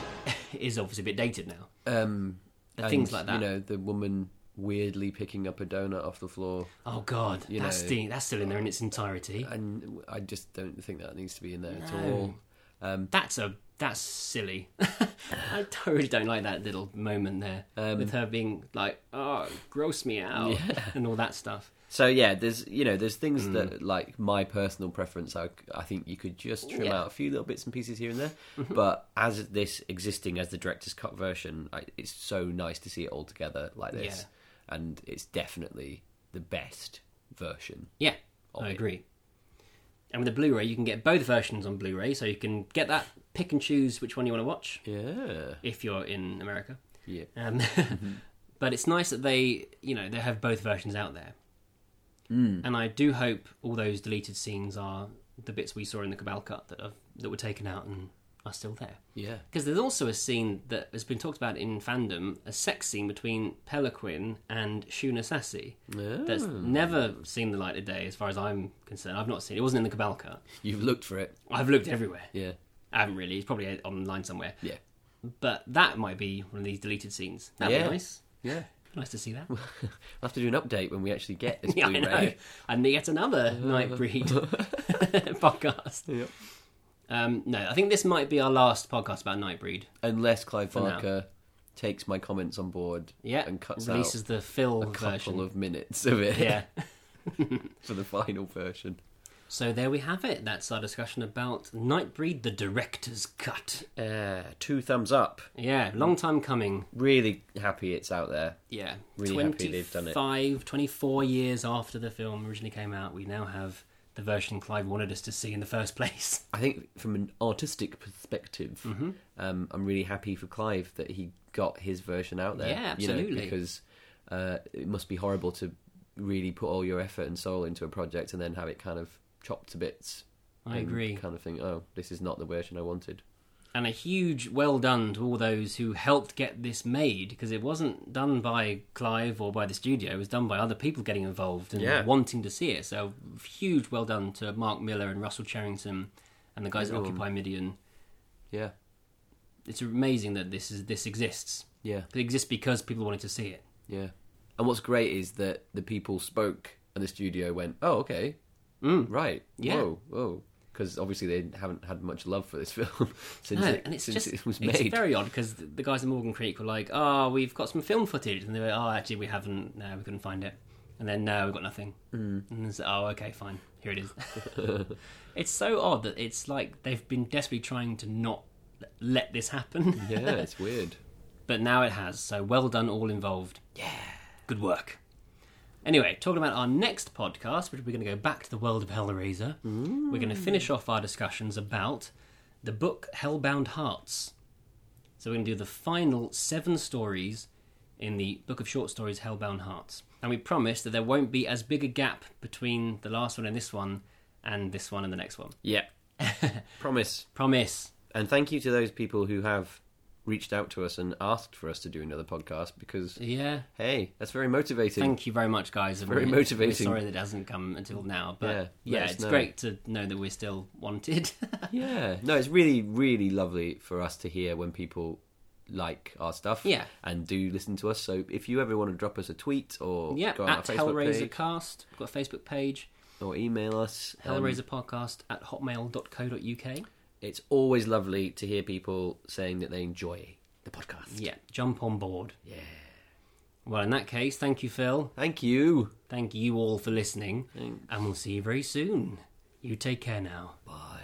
[SPEAKER 2] (laughs) is obviously a bit dated now.
[SPEAKER 3] Um,
[SPEAKER 2] And things like that.
[SPEAKER 3] You know, the woman weirdly picking up a donut off the floor,
[SPEAKER 2] Oh God,
[SPEAKER 3] You
[SPEAKER 2] that's
[SPEAKER 3] know-
[SPEAKER 2] the, that's still in there in its entirety.
[SPEAKER 3] and I just don't think that needs to be in there at
[SPEAKER 2] No.
[SPEAKER 3] all. Um,
[SPEAKER 2] That's a that's silly. (laughs) I totally don't like that little moment there um, with her being like, "Oh, gross me out," and all that stuff.
[SPEAKER 3] so yeah, there's you know there's things that like my personal preference. I I think you could just trim
[SPEAKER 2] Yeah. Mm-hmm.
[SPEAKER 3] out a few little bits and pieces here and there, but as this existing as the director's cut version, I, it's so nice to see it all together like this, and it's definitely the best version.
[SPEAKER 2] Yeah,
[SPEAKER 3] Of
[SPEAKER 2] I
[SPEAKER 3] it.
[SPEAKER 2] agree. And with the Blu-ray, you can get both versions on Blu-ray, so you can get that, pick and choose which one you want to watch
[SPEAKER 3] Yeah.
[SPEAKER 2] if you're in America.
[SPEAKER 3] Yeah. Mm-hmm.
[SPEAKER 2] Um, (laughs) but it's nice that they, you know, they have both versions out there.
[SPEAKER 3] Mm.
[SPEAKER 2] And I do hope all those deleted scenes are the bits we saw in the Cabal cut that, have, that were taken out and are still there.
[SPEAKER 3] Yeah.
[SPEAKER 2] Because there's also a scene that has been talked about in fandom, a sex scene between Pelequin and Shuna Sassi that's
[SPEAKER 3] Oh.
[SPEAKER 2] never seen the light of day, as far as I'm concerned. I've not seen it. It wasn't in the Cabal cut.
[SPEAKER 3] You've looked for it.
[SPEAKER 2] I've looked everywhere.
[SPEAKER 3] Yeah.
[SPEAKER 2] I haven't really. It's probably online somewhere.
[SPEAKER 3] Yeah.
[SPEAKER 2] But that might be one of these deleted scenes. That'd
[SPEAKER 3] Yeah.
[SPEAKER 2] be nice.
[SPEAKER 3] Yeah.
[SPEAKER 2] Nice to see that.
[SPEAKER 3] We'll have to do an update when we actually get this
[SPEAKER 2] (laughs) yeah, I
[SPEAKER 3] Blu-ray.
[SPEAKER 2] know. And yet
[SPEAKER 3] (laughs)
[SPEAKER 2] another Nightbreed podcast. Um, no, I think this might be our last podcast about Nightbreed.
[SPEAKER 3] Unless Clive
[SPEAKER 2] now.
[SPEAKER 3] Barker takes my comments on board
[SPEAKER 2] Yeah,
[SPEAKER 3] and cuts
[SPEAKER 2] releases
[SPEAKER 3] out
[SPEAKER 2] the Phil
[SPEAKER 3] a couple
[SPEAKER 2] version.
[SPEAKER 3] of minutes of it
[SPEAKER 2] Yeah.
[SPEAKER 3] (laughs) for the final version.
[SPEAKER 2] So there we have it. That's our discussion about Nightbreed, the director's cut.
[SPEAKER 3] Uh, two thumbs up.
[SPEAKER 2] Yeah, long time coming.
[SPEAKER 3] Really happy it's out there.
[SPEAKER 2] Yeah,
[SPEAKER 3] Really happy they've done it.
[SPEAKER 2] 25, 24 years after the film originally came out, we now have the version Clive wanted us to see in the first (laughs) place.
[SPEAKER 3] I think from an artistic perspective,
[SPEAKER 2] Mm-hmm.
[SPEAKER 3] um, I'm really happy for Clive that he got his version out there.
[SPEAKER 2] Yeah,
[SPEAKER 3] you know,
[SPEAKER 2] absolutely.
[SPEAKER 3] because uh, it must be horrible to really put all your effort and soul into a project and then have it kind of chopped to bits.
[SPEAKER 2] I
[SPEAKER 3] and
[SPEAKER 2] agree.
[SPEAKER 3] Kind of think, oh, this is not the version I wanted.
[SPEAKER 2] And a huge well done to all those who helped get this made, because it wasn't done by Clive or by the studio, it was done by other people getting involved and
[SPEAKER 3] Yeah.
[SPEAKER 2] wanting to see it. So, huge well done to Mark Miller and Russell Cherrington and the guys
[SPEAKER 3] Everyone.
[SPEAKER 2] at Occupy Midian.
[SPEAKER 3] Yeah,
[SPEAKER 2] it's amazing that this is this exists.
[SPEAKER 3] yeah,
[SPEAKER 2] It exists because people wanted to see it.
[SPEAKER 3] yeah. And what's great is that the people spoke and the studio went, oh, okay,
[SPEAKER 2] Mm.
[SPEAKER 3] right,
[SPEAKER 2] Yeah.
[SPEAKER 3] whoa, whoa. Because obviously they haven't had much love for this (laughs) film since,
[SPEAKER 2] No,
[SPEAKER 3] it,
[SPEAKER 2] and it's
[SPEAKER 3] since
[SPEAKER 2] just
[SPEAKER 3] it was made.
[SPEAKER 2] it's very odd because the guys at Morgan Creek were like, "Oh, we've got some film footage," and they were, "Oh, actually, we haven't. No, we couldn't find it." And then, "No, we've got nothing." Mm. And it's, "Oh, okay, fine. Here it is." (laughs) it's so odd that it's like they've been desperately trying to not let this happen.
[SPEAKER 3] yeah,
[SPEAKER 2] (laughs)
[SPEAKER 3] it's weird.
[SPEAKER 2] but now it has. So well done, all involved. Yeah. Good work. Anyway, talking about our next podcast, which we're going to go back to the world of Hellraiser. We're going to finish off our discussions about the book Hellbound Hearts. So we're going to do the final seven stories in the book of short stories Hellbound Hearts. And we promise that there won't be as big a gap between the last one and this one, and this one and the next one.
[SPEAKER 3] Yeah. Promise.
[SPEAKER 2] Promise.
[SPEAKER 3] And thank you to those people who have reached out to us and asked for us to do another podcast because,
[SPEAKER 2] Yeah.
[SPEAKER 3] hey, that's very motivating.
[SPEAKER 2] Thank you very much, guys.
[SPEAKER 3] Very
[SPEAKER 2] We're-
[SPEAKER 3] motivating.
[SPEAKER 2] We're sorry that it hasn't come until now, but
[SPEAKER 3] Yeah, let
[SPEAKER 2] yeah,
[SPEAKER 3] us
[SPEAKER 2] it's
[SPEAKER 3] know.
[SPEAKER 2] great to know that we're still wanted.
[SPEAKER 3] (laughs) Yeah. No, it's really, really lovely for us to hear when people like our stuff
[SPEAKER 2] Yeah.
[SPEAKER 3] and do listen to us. So if you ever want to drop us a tweet
[SPEAKER 2] (laughs)
[SPEAKER 3] or
[SPEAKER 2] yeah,
[SPEAKER 3] go on
[SPEAKER 2] at
[SPEAKER 3] our Facebook
[SPEAKER 2] Hellraiser
[SPEAKER 3] page
[SPEAKER 2] Cast. We've got a Facebook page,
[SPEAKER 3] or email us, um,
[SPEAKER 2] Hellraiser Podcast at hotmail.co.uk.
[SPEAKER 3] it's always lovely to hear people saying that they enjoy the podcast.
[SPEAKER 2] Yeah, jump on board. Yeah. Well, in that case, thank you, Phil.
[SPEAKER 3] Thank you.
[SPEAKER 2] Thank you all for listening, and we'll see you very soon. You take care now. Bye.